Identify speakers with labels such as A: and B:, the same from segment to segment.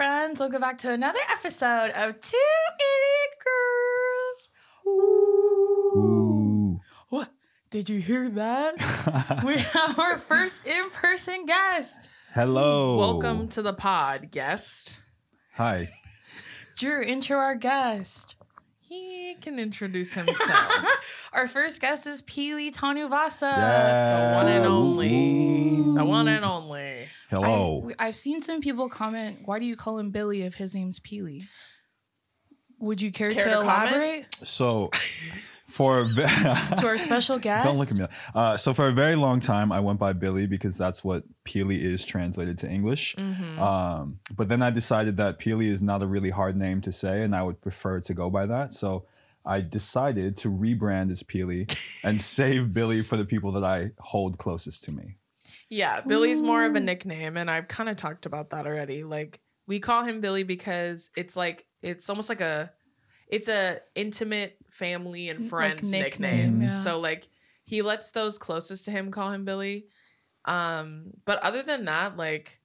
A: welcome back to another episode of Two Idiot Girls. Ooh. What? Did you hear that? we have our first in person guest.
B: Hello.
C: Welcome to the pod, guest.
B: Hi.
A: Drew, intro our guest.
C: He can introduce himself.
A: Our first guest is Peely Tanuvasa.
B: Yeah.
C: the one and
B: Ooh,
C: only.
B: ooh.
C: The one and only.
B: Hello.
A: I, we- I've seen some people comment, why do you call him Billy if his name's Peely? Would you care,
C: Care
A: to,
C: to comment?
A: elaborate
B: so, for a ve-
A: to our special guest?
B: don't look at me. Uh, so for a very long time, I went by Billy because that's what Peely is translated to English.
C: Mm-hmm.
B: Um, but then I decided that Peely is not a really hard name to say, and I would prefer to go by that. So I decided to rebrand as Peely and save Billy for the people that I hold closest to me.
C: Yeah, Billy's more of a nickname, and I've kind of talked about that already. Like we call him Billy because it's like it's almost like a it's a intimate family and
A: Like
C: friends
A: nickname,
C: nickname.
A: yeah.
C: So like he lets those closest to him call him Billy. Um, but other than that, like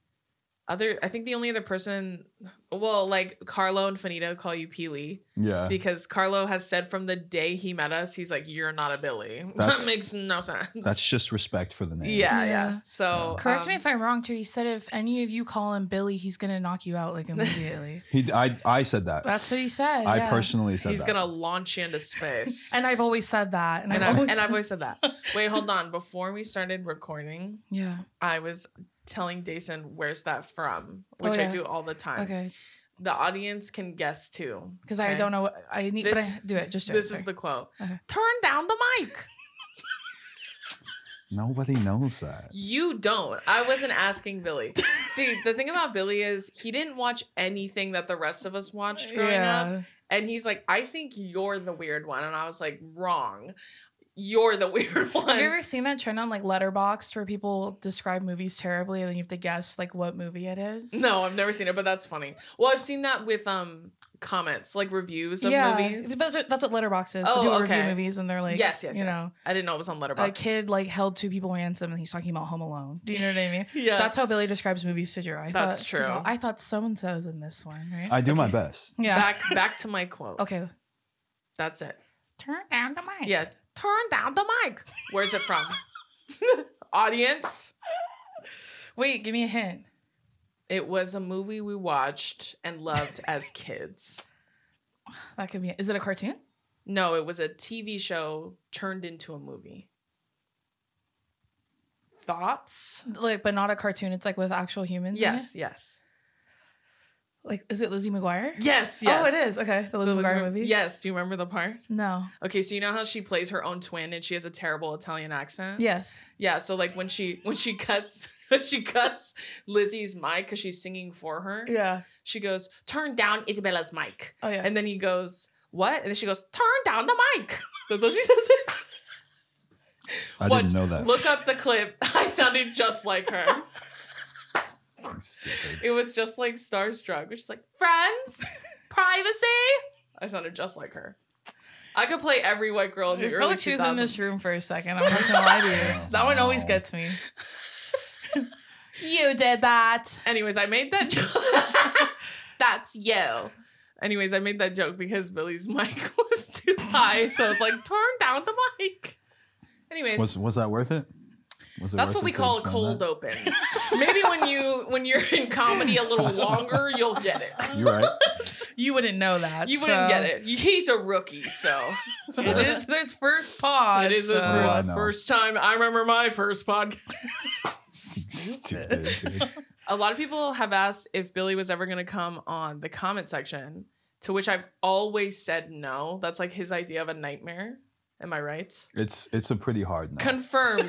C: other I think the only other person well, like Carlo and Fanita call you Peely
B: Yeah.
C: because Carlo has said from the day he met us, he's like, You're not a Billy.
B: That's-
C: that makes no sense.
B: That's just respect for the name.
C: yeah, yeah,
A: Yeah.
C: So
A: Correct
C: um,
A: me if I'm wrong, too. He said if any of you call him Billy, he's gonna knock you out like immediately.
B: He, I, I said that.
A: That's what he said.
B: I
A: yeah.
B: personally said
C: He's
B: that.
C: gonna launch you into space.
A: And I've always said that. And,
C: and,
A: I've
C: I've,
A: always
C: and I've
A: said-
C: always said that. Wait, hold on. Before we started recording,
A: yeah.
C: I was telling Dason where's that from, which
A: Oh, yeah.
C: I do all the time.
A: Okay.
C: The audience can guess too.
A: Because I don't know what I need, but
C: This-
A: I do it. Just do
C: This
A: it.
C: is the quote.
A: Okay.
C: Turn down the mic.
B: Nobody knows that.
C: You don't. I wasn't asking Billy. See, the thing about Billy is he didn't watch anything that the rest of us watched growing up.
A: yeah.
C: And he's like, I think you're the weird one. And I was like, wrong. You're the weird one.
A: Have you ever seen that trend on like Letterboxd where people describe movies terribly and then you have to guess like what movie it is?
C: No, I've never seen it, but that's funny. Well, I've seen that with um comments, like reviews of
A: yeah,
C: movies.
A: That's what, that's what Letterboxd is. so
C: Oh,
A: people
C: okay.
A: review movies and they're like,
C: yes, yes,
A: you
C: yes.
A: know,
C: I didn't know it was on Letterboxd.
A: a kid like held two people ransom and he's talking about Home Alone. Do you know what I mean?
C: Yeah.
A: That's how Billy describes movies to Drew. I
C: That's
A: thought, so
C: true.
A: I thought so and so's in this one, right?
B: I do my best.
A: yeah.
C: Back back to my quote.
A: okay.
C: That's it.
A: Turn down the mic.
C: Yeah. Turn down the mic. Where's it from? Audience.
A: Wait, give me a hint.
C: It was a movie we watched and loved as kids.
A: That could be. Is it a cartoon?
C: No, it was a TV show turned into a movie. Thoughts?
A: Like, but not a cartoon. It's like with actual humans. in
C: Yes, yes.
A: it? Like, is it Lizzie McGuire?
C: Yes, yes.
A: Oh, it is. Okay, the Lizzie
C: The
A: McGuire
C: Lizzie Mc-
A: movie.
C: Yes. Do you remember the part?
A: No.
C: Okay, so you know how she plays her own twin and she has a terrible Italian accent?
A: Yes.
C: Yeah, so like when she when she cuts she cuts Lizzie's mic cuz she's singing for her.
A: Yeah.
C: She goes, "Turn down Isabella's mic."
A: Oh yeah.
C: And then he goes, "What?" And then she goes, "Turn down the mic." That's how she says it.
B: I
C: What?
B: didn't know that.
C: Look up the clip. I sounded just like her.
B: Stupid.
C: It was just like Starstruck, which is like friends, privacy. I sounded just like her. I could play every white girl in the
A: I feel
C: early
A: like she was in this
C: 2000s.
A: room for a second. I'm not gonna lie to you.
B: Yeah.
A: That one always
B: Wow.
A: gets me. you did that.
C: Anyways, I made that joke. That's you. Anyways, I made that joke because Billy's mic was too high, so I was like, turn down the mic. Anyways,
B: Was was that worth it? Was it
C: that's
B: worth
C: what
B: it
C: we
B: to
C: call a
B: expand
C: cold
B: that?
C: open. Maybe when you when you're in comedy a little longer, you'll get it.
B: You're right.
A: You wouldn't know that.
C: You wouldn't get it. He's a rookie, so
A: uh, It is uh, his first pod.
C: it is
A: so-
C: his
B: Oh, I
C: first,
B: know.
C: first time. I remember my first podcast.
B: Stupid. dude.
C: A lot of people have asked if Billy was ever going to come on the comment section, to which I've always said no. That's like his idea of a nightmare. Am I right?
B: It's it's a pretty hard no.
C: Confirm,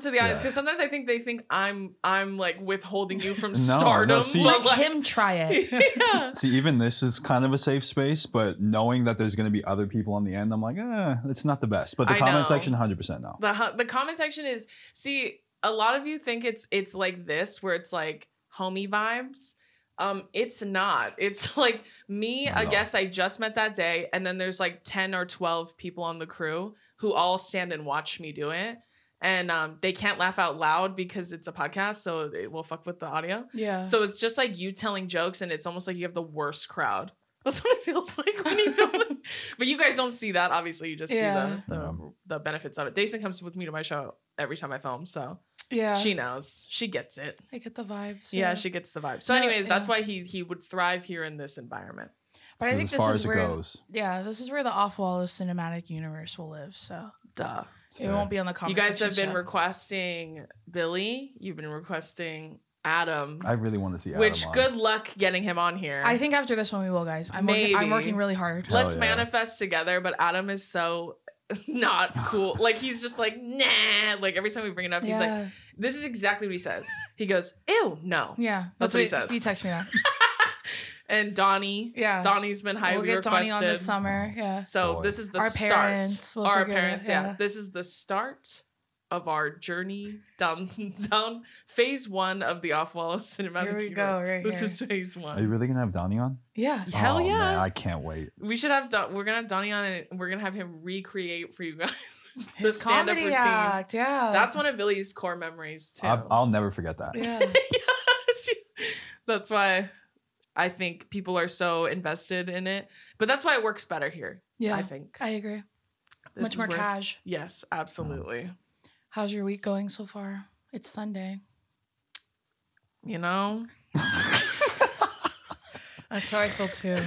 C: to the audience
B: Oh. Yeah.
C: because sometimes I think they think I'm I'm like withholding you from
B: No, no,
C: stardom.
B: see-
C: but,
A: Let him try it.
C: yeah.
B: See, even this is kind of a safe space, but knowing that there's going to be other people on the end, I'm like, eh, it's not the best. But the
C: I
B: comment
C: know.
B: section, 100 percent no.
C: The hu- the comment section is see a lot of you think it's it's like this where it's like homie vibes. Um, it's not. It's like me,
B: Not at
C: I
B: all.
C: guess I just met that day, and then there's like ten or twelve people on the crew who all stand and watch me do it. and um, they can't laugh out loud because it's a podcast, so it will fuck with the audio.
A: Yeah.
C: So it's just like you telling jokes, and it's almost like you have the worst crowd. That's what it feels like when you film it. But you guys don't see that. Obviously, you just
A: Yeah.
C: see the, the, the benefits of it. Dason comes with me to my show every time I film, so
A: yeah.
C: she knows. She gets it.
A: I get the vibes.
C: Yeah, she gets the vibe. So,
A: No,
C: anyways, that's
A: yeah.
C: why he he would thrive here in this environment.
A: But I
B: This
A: think
B: is
A: this
B: as far
A: is
B: as it
A: where.
B: goes.
A: Yeah, this is where the off wall of cinematic universe will live. So
C: Duh.
B: It's
A: it
B: fair.
A: won't be on the
C: You
A: conversation.
C: guys have been
A: show.
C: requesting Billy. You've been requesting Adam.
B: I really want to see Adam
C: which
B: on.
C: good luck getting him on here.
A: I think after this one we will, guys. I'm working, I'm
C: Maybe.
A: working really hard.
B: Hell
C: let's
B: yeah.
C: manifest together. But Adam is so not cool. like he's just like nah. Like every time we bring it up, he's like,
A: yeah.
C: "This is exactly what he says." He goes, "Ew, no."
A: yeah.
C: That's what he says.
A: You text me that.
C: And Donnie,
A: Yeah.
C: Donnie's been highly
A: we'll get Donnie
C: requested.
A: on this summer. Yeah.
C: So
B: Boy.
C: this is the
A: Our
C: start.
A: parents will
C: our
A: forgive it,
C: parents, yeah.
A: yeah.
C: This is the start of our journey down down phase one of the off wall of cinematic.
A: Here we
C: Universe.
A: go, right
C: this
A: here.
C: is phase
B: Are you
C: one.
B: really gonna have Donnie on?
A: Yeah.
C: Hell
B: Oh,
C: yeah.
B: man, I can't wait.
C: we should have Don- we're gonna have Donnie on and we're gonna have him recreate for you guys the
A: His
C: stand up
A: comedy
C: routine.
A: act. Yeah.
C: That's one of Billy's core memories too.
B: I'll, I'll never forget that.
A: Yeah.
C: that's why I think people are so invested in it. But that's why it works better here.
A: Yeah.
C: I think.
A: I agree.
C: This
A: Much
C: is
A: more
C: where-
A: cash.
C: Yes, absolutely.
A: How's your week going so far? It's Sunday.
C: you know
A: That's how I feel too.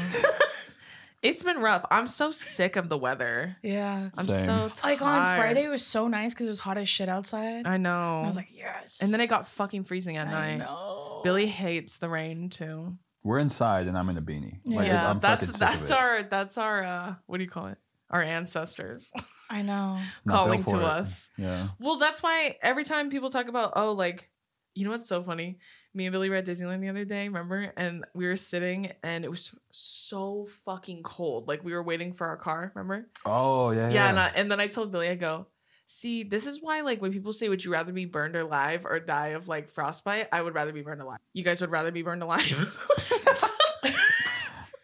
C: it's been rough i'm so sick of the weather
A: Yeah.
C: i'm
B: Same.
C: so tired
A: Like on Friday, it was so nice because it was hot as shit outside.
C: i know
A: I was like, yes.
C: and then it got fucking freezing at
A: I
C: night
A: know.
C: billy hates the rain too
B: We're inside and I'm in a beanie. Like,
A: Yeah,
B: I'm fucking
C: that's
B: sick of
C: that's
B: it.
C: our that's our uh what do you call it our ancestors
A: I know.
B: Not built
C: calling to
B: for it.
C: us
B: Yeah.
C: well that's why every time people talk about oh like you know what's so funny me and billy were at disneyland the other day remember and we were sitting and it was so fucking cold like we were waiting for our car remember
B: Oh yeah.
C: Yeah, and, I, and then I told Billy, I go, see, this is why, like, when people say, would you rather be burned alive or die of like frostbite? I would rather be burned alive. You guys would rather be burned alive.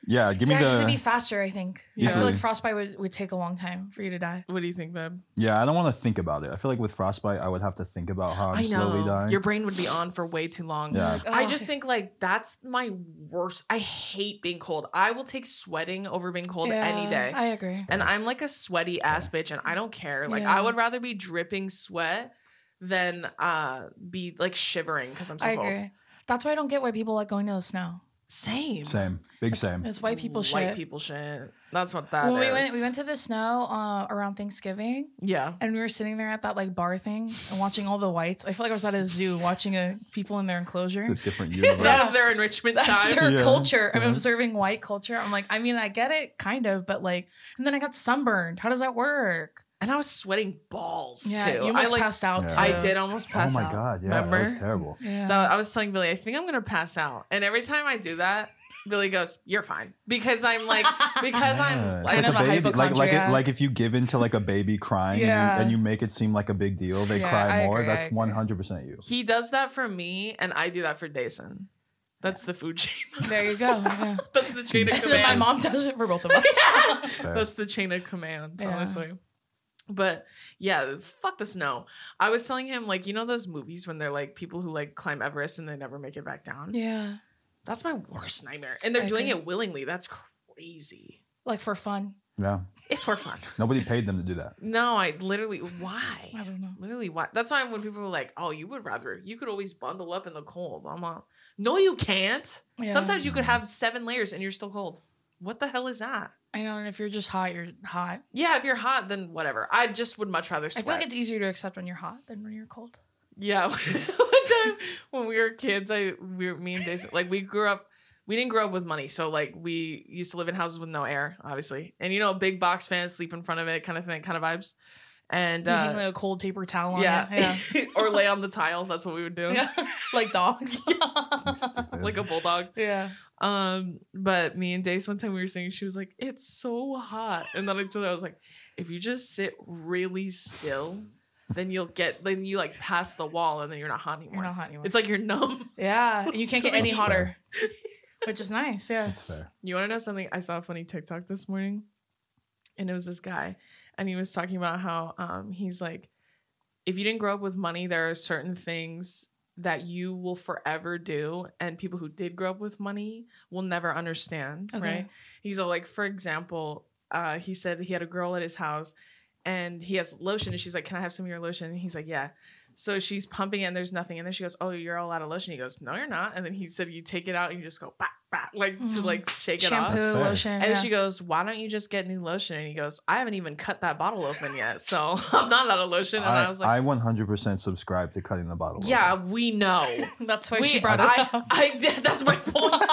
B: yeah. Give me
A: yeah, 'cause it'd be
B: the.
A: faster, I think.
C: Yeah.
A: I feel like
B: Easily.
A: frostbite would, would take a long time for you to die.
C: what do you think, babe?
B: Yeah, I don't want to think about it. I feel like with frostbite, I would have to think about how I'm
C: I
B: slowly
C: know
B: dying.
C: your brain would be on for way too long.
B: yeah.
A: Like, oh,
C: I
A: ugh,
C: just think like that's my worst. I hate being cold. I will take sweating over being cold
A: yeah,
C: any day.
A: I agree.
C: and I'm like a sweaty ass bitch, and I don't care. Like
A: Yeah.
C: I would rather be dripping sweat than uh be like shivering because I'm so
A: I
C: cold.
A: agree. That's why I don't get why people like going to the snow.
C: Same.
B: Same. Big
A: It's,
B: same.
A: it's white people shit.
C: White people shit. That's what that is.
A: when we went, we went to the snow uh, around Thanksgiving,
C: yeah.
A: and we were sitting there at that like bar thing and watching all the whites. I feel like I was at a zoo watching uh people in their enclosure.
B: It's a different universe.
C: That was their enrichment time.
A: That's their
B: Yeah. Uh-huh.
A: culture. I'm
B: Yeah.
A: observing white culture. I'm like, I mean, I get it, kind of, but like, and then I got sunburned. How does that work?
C: and I was sweating balls
A: Yeah,
C: too.
A: you almost
C: I like,
A: passed out.
B: Yeah.
A: Too.
C: I did almost
B: oh
C: pass
B: my
C: out.
B: god. Yeah. That was
C: Remember?
B: terrible.
A: Yeah.
C: So I was telling Billy, I think I'm gonna pass out. And every time I do that, Billy goes, "You're fine," because I'm like, because
B: Yeah,
C: I'm
B: it's
C: like,
A: kind
B: a
A: of a
B: baby, like like, it,
A: hypochondriac.
B: like if you give in to like a baby crying and,
A: Yeah.
B: you, and you make it seem like a big deal, they
A: Yeah,
B: cry
A: I
B: more.
A: agree, I
B: That's
A: agree.
B: one hundred percent you.
C: he does that for me, and I do that for Dason. That's the food chain.
A: There you go. Yeah.
C: That's the chain of
A: And then
C: command.
A: my mom does it for both of us.
B: Fair.
C: That's the chain of command,
A: Yeah.
C: honestly. But yeah, fuck the snow. I was telling him, like, you know those movies when they're like people who like climb Everest and they never make it back down?
A: yeah.
C: That's my worst nightmare. And they're
A: I
C: doing
A: agree.
C: it willingly. That's crazy.
A: Like for fun.
B: Yeah.
C: It's for fun.
B: Nobody paid them to do that.
C: No, I literally, why?
A: I don't know.
C: Literally, why? That's why when people are like, oh, you would rather, you could always bundle up in the cold. I'm like, no, you can't.
A: Yeah.
C: Sometimes you could have seven layers and you're still cold. What the hell is that?
A: I know. And if you're just hot, you're hot.
C: Yeah, if you're hot, then whatever. I just would much rather
A: I
C: sweat.
A: feel like it's easier to accept when you're hot than when you're cold.
C: Yeah, one time when we were kids, I we were, me and Daisy like we grew up. We didn't grow up with money, so like we used to live in houses with no air, obviously, and you know, big box fans sleep in front of it, kind of thing, kind of vibes, and
A: You hang
C: uh,
A: like a cold paper towel on it.
C: yeah,
A: Yeah.
C: or lay on the tile. That's what we would do,
A: yeah. like dogs.
B: Stupid.
C: like a bulldog.
A: yeah.
C: Um, but me and Dace one time we were singing, she was like, It's so hot. And then I told her, I was like, if you just sit really still, then you'll get then you like pass the wall and then you're not hot anymore.
A: You're not hot anymore.
C: It's like you're numb.
A: yeah. And you can't get any
B: That's
A: hotter, which is nice. Yeah.
B: That's fair.
C: You want to know something? I saw a funny TikTok this morning, and it was this guy, and he was talking about how um, he's like, if you didn't grow up with money, there are certain things that you will forever do, and people who did grow up with money will never understand,
A: Okay.
C: right? He's all like, for example, uh, he said he had a girl at his house, and he has lotion, and she's like, "Can I have some of your lotion?" And he's like, "Yeah." So she's pumping it, and there's nothing, and then she goes, "Oh, you're all out of lotion." He goes, "No, you're not." And then he said, "You take it out, and you just go bah, bah, like to
A: Mhm.
C: like shake it off."
A: Shampoo,
B: That's fair.
A: lotion.
C: And
A: yeah.
C: she goes, Why don't you just get new lotion? And he goes, I haven't even cut that bottle open yet. So I'm not out of lotion. And I, was like,
B: I 100% subscribe to cutting the bottle.
C: Yeah, we know.
A: That's why
C: we,
A: she brought it
C: I,
A: up.
C: I, that's my point.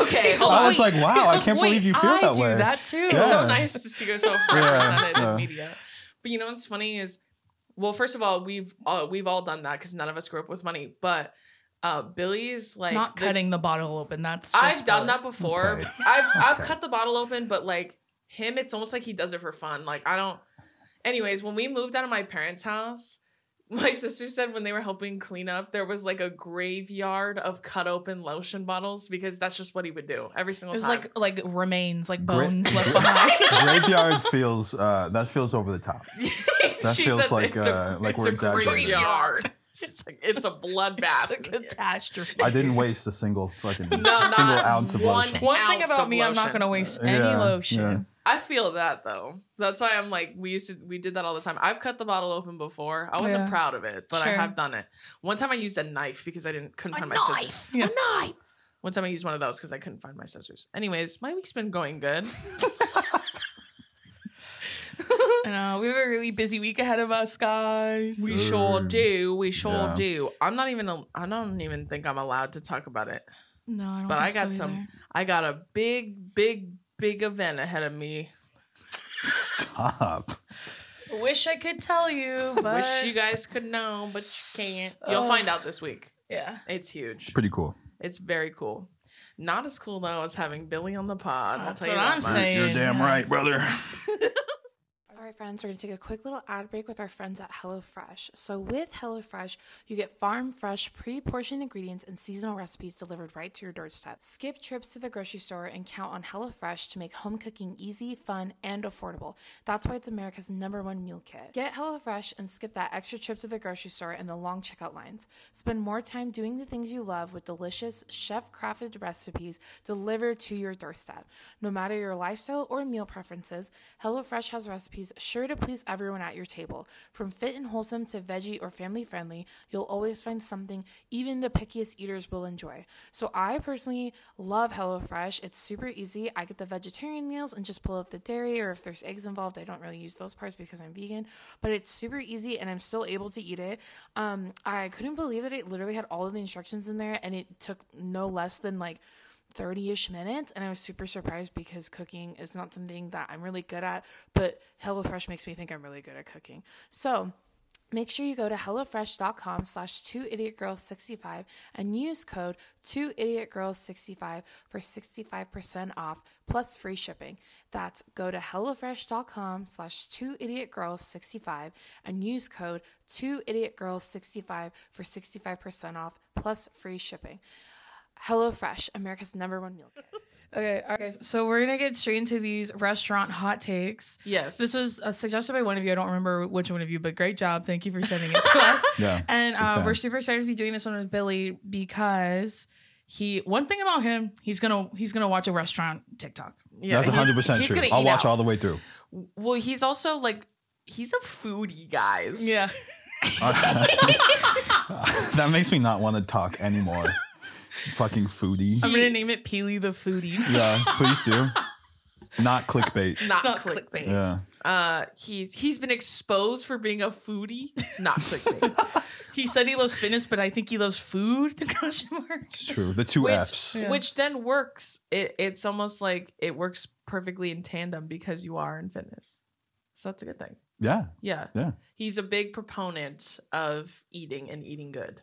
C: okay.
A: He's
B: open.
C: hold
B: I
C: on.
B: was like, wow, I can't believe you feel
A: I
B: that
A: do
B: way.
A: that too.
C: it's so
B: Yeah.
C: nice to see her so
B: Yeah,
C: represented
B: yeah.
C: in media. But you know what's funny is, well, first of all, we've all, we've all done that because none of us grew up with money. But uh, Billy's like
A: Not
C: the-
A: cutting the bottle open. That's just
C: I've
A: bullet.
C: done that before.
B: Okay.
C: I've I've
B: Okay.
C: cut the bottle open, but like him, it's almost like he does it for fun. Like I don't. Anyways, when we moved out of my parents' house, my sister said when they were helping clean up, there was like a graveyard of cut open lotion bottles because that's just what he would do every
A: It
C: single
A: was
C: time.
A: like like remains, like
B: Gra-
A: bones left behind.
B: Graveyard feels, uh, that feels over the top. That
C: She
B: feels
C: said
B: like,
C: it's a-
B: uh, like
C: it's
B: we're
C: a
B: exaggerating.
C: graveyard. She's like, it's a bloodbath.
A: It's a catastrophe.
B: I didn't waste a single fucking
C: No,
B: single
C: not
B: ounce of
C: one
B: lotion.
A: One thing
C: ounce
A: about
C: of
A: me, I'm not
C: lotion.
A: gonna waste
B: Uh,
A: any
B: yeah,
A: lotion.
C: I feel that though. That's why I'm like we used to we did that all the time. I've cut the bottle open before. I wasn't
A: Yeah.
C: proud of it, but I
A: Sure.
C: have done it. One time I used a knife because I didn't couldn't
A: A
C: find my scissors.
A: knife! Yeah.
C: A knife. One time I used one of those because I couldn't find my scissors. Anyways, my week's been going good.
A: I know we have a really busy week ahead of us, guys.
C: we
B: Sir.
C: sure do. We sure
B: Yeah.
C: do. I'm not even. al- I don't even think I'm allowed to talk about it.
A: no, I don't.
C: But I
A: think
C: got
A: so
C: some.
A: either.
C: I got a big, big, big event ahead of me.
B: Stop.
A: Wish I could tell you, but
C: Wish you guys could know, but you can't. You'll
A: Ugh.
C: find out this week.
A: yeah.
C: It's huge.
B: It's pretty cool.
C: It's very cool. Not as cool though as having Billy on the pod.
A: That's
C: I'll tell
A: what
C: you
A: I'm
C: that much.
A: saying.
B: You're damn
A: yeah.
B: right, brother.
D: All right, friends, we're going to take a quick little ad break with our friends at HelloFresh. So, with HelloFresh, you get farm fresh, pre portioned ingredients and seasonal recipes delivered right to your doorstep. Skip trips to the grocery store and count on HelloFresh to make home cooking easy, fun, and affordable. That's why it's America's number one meal kit. Get HelloFresh and skip that extra trip to the grocery store and the long checkout lines. Spend more time doing the things you love with delicious, chef crafted recipes delivered to your doorstep. No matter your lifestyle or meal preferences, HelloFresh has recipes sure to please everyone at your table. From fit and wholesome to veggie or family friendly, you'll always find something even the pickiest eaters will enjoy. So I personally love HelloFresh. It's super easy. I get the vegetarian meals and just pull out the dairy, or if there's eggs involved, I don't really use those parts because I'm vegan, but it's super easy and I'm still able to eat it. Um, I couldn't believe that it literally had all of the instructions in there and it took no less than like 30 ish minutes. And I was super surprised because cooking is not something that I'm really good at, but HelloFresh makes me think I'm really good at cooking. So, Make sure you go to HelloFresh.com slash 2idiotgirls65 and use code 2idiotgirls65 for 65% off plus free shipping. That's go to HelloFresh.com slash 2idiotgirls65 and use code 2idiotgirls65 for 65% off plus free shipping. HelloFresh, America's number one meal kit.
A: Okay, all right, guys. So we're gonna get straight into these restaurant hot takes.
C: Yes.
A: This was uh, suggested by one of you. I don't remember which one of you, but great job. Thank you for sending it to us.
B: Yeah,
A: And
B: good
A: uh,
B: fan.
A: we're super excited to be doing this one with Billy because he. One thing about him, he's gonna he's gonna watch a restaurant TikTok.
C: yeah,
B: That's 100 percent true. I'll watch all the way through.
C: Well, he's also like he's a foodie, guys.
B: That makes me not want to talk anymore. Fucking foodie.
A: I'm gonna name it Peely the Foodie.
B: yeah, please do. Not clickbait.
C: Not,
A: Not
C: clickbait.
A: clickbait.
B: Yeah.
C: Uh, he's he's been exposed for being a foodie. Not clickbait.
A: He said he loves fitness, but I think he loves food. The question mark.
B: It's true. The two
C: which
B: F's.
A: Yeah.
C: which then works. It it's almost like it works perfectly in tandem because you are in fitness, so that's a good thing.
B: Yeah.
C: Yeah.
B: Yeah.
C: He's a big proponent of eating and eating good.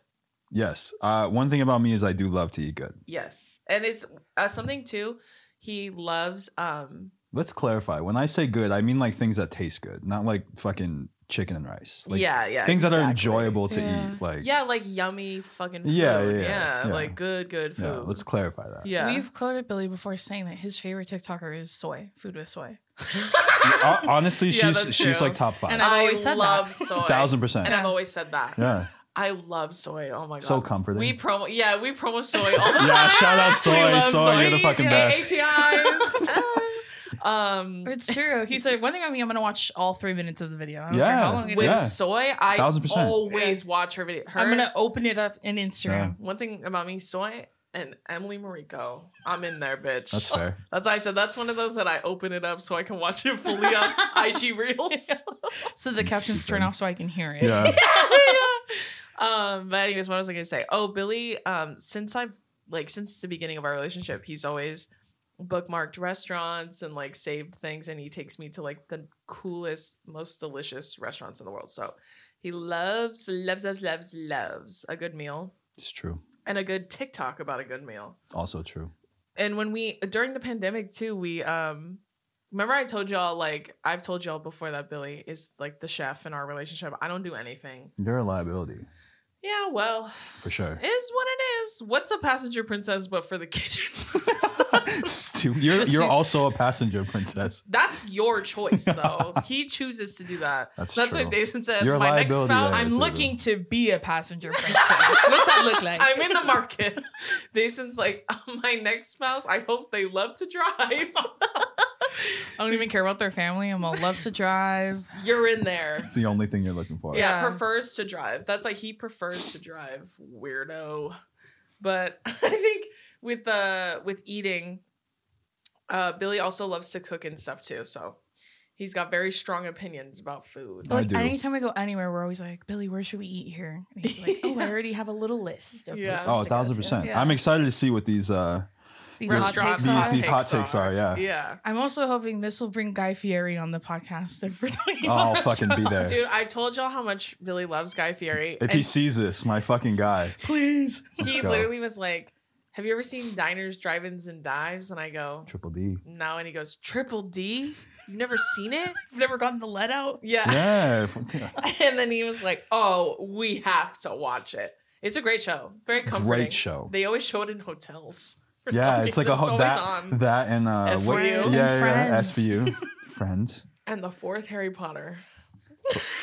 B: Yes. Uh, one thing about me is I do love to eat good.
C: Yes, and it's uh, something too. He loves um
B: Let's clarify. When I say good, I mean like things that taste good, not like fucking chicken and rice. Like
C: yeah, yeah.
B: things that are
C: exactly.
B: enjoyable to
A: Yeah.
B: eat. Like
C: Yeah, like yummy fucking food.
B: Yeah,
C: Yeah,
B: yeah, yeah.
C: like good, good food.
B: yeah, let's clarify that.
C: Yeah.
A: We've quoted Billy before saying that his favorite TikToker is soy, food with soy.
B: Ho- Honestly,
C: Yeah,
B: she's
C: that's
B: she's
C: true.
B: like top five.
A: And
C: I
A: I've always said that.
C: love soy.
B: Thousand percent.
C: And I've always said that.
B: Yeah.
C: I love soy. Oh my god.
B: So comforting.
C: We promo yeah, we promo soy all
B: Yeah,
C: the time.
B: shout out soy.
C: We love
B: soy, you're the fucking
C: yay,
B: best.
C: APIs. Ah. um
A: It's true. He's like, one thing on me, I'm gonna watch all three minutes of the video. I don't
B: Yeah.
A: care how long it
C: with
B: Yeah.
C: soy, I
B: Thousand percent.
C: always watch her video. Her,
A: I'm gonna open it up in Instagram.
C: one thing about me, soy and Emily Mariko. I'm in there, bitch.
B: That's fair.
C: That's why I said that's one of those that I open it up so I can watch it fully on IG Reels.
A: So the captions turn off so I can hear it.
B: Yeah.
C: um, but anyways, what was I gonna say? Oh, Billy, um, since I've like since the beginning of our relationship, he's always bookmarked restaurants and like saved things and he takes me to like the coolest, most delicious restaurants in the world. So he loves, loves, loves, loves, loves a good meal
B: It's true.
C: and a good TikTok about a good meal.
B: Also true.
C: and when we during the pandemic too we um remember i told y'all like i've told y'all before that billy is like the chef in our relationship i don't do anything
B: You're a liability
C: yeah well
B: for sure.
C: is what it is what's a passenger princess but for the kitchen
B: Stu- you're you're also a passenger princess.
C: that's your choice though he chooses to do that
B: That's
C: what
B: true.
C: Jason said
B: You're a
C: my next
B: liability
C: spouse
B: there.
A: I'm
B: Absolutely.
A: looking to be a passenger princess. What's that look like?
C: I'm in the market. Jason's like, my next spouse, I hope they love to drive.
A: I don't even care about their family. I'm all loves to drive.
C: You're in there.
B: It's the only thing you're looking for.
C: Yeah,
A: Yeah.
C: prefers to drive. That's like he prefers to drive, weirdo. But I think with uh with eating, uh Billy also loves to cook and stuff too. So he's got very strong opinions about food.
B: I
A: Like
B: do.
A: anytime I go anywhere, we're always like, Billy, where should we eat here? And he's like, Oh, I already have a little list of
C: Yeah.
A: places.
B: Oh, a
A: to go
B: thousand
A: to."
B: percent.
A: Yeah.
B: I'm excited to see what these uh
A: These hot
C: Restaurant
A: takes
B: These-
A: are-
B: these hot takes are, yeah.
C: Yeah.
A: I'm also hoping this will bring Guy Fieri on the podcast if we're talking
B: oh,
A: about
B: I'll fucking be there.
C: Dude, I told y'all how much Billy loves Guy Fieri.
B: if he sees this, my fucking guy.
A: please.
C: and he
B: Let's go.
C: literally was like, Have you ever seen diners, drive ins, and dives? And I go,
B: Triple D.
C: No. And he goes, Triple D? You've never seen it?
A: I've never gotten the let out.
B: Yeah.
C: and then he was like, "Oh, we have to watch it. It's a great show. Very comforting.
B: Great show.
C: They always show it in hotels. For
B: yeah,
C: some
B: it's like a
C: reason.
B: ho-
C: always
B: that
C: on.
B: that and uh
C: SVU.
B: yeah,
C: And
B: yeah, yeah,
A: Friends.
B: SVU. friends.
C: and the fourth Harry Potter.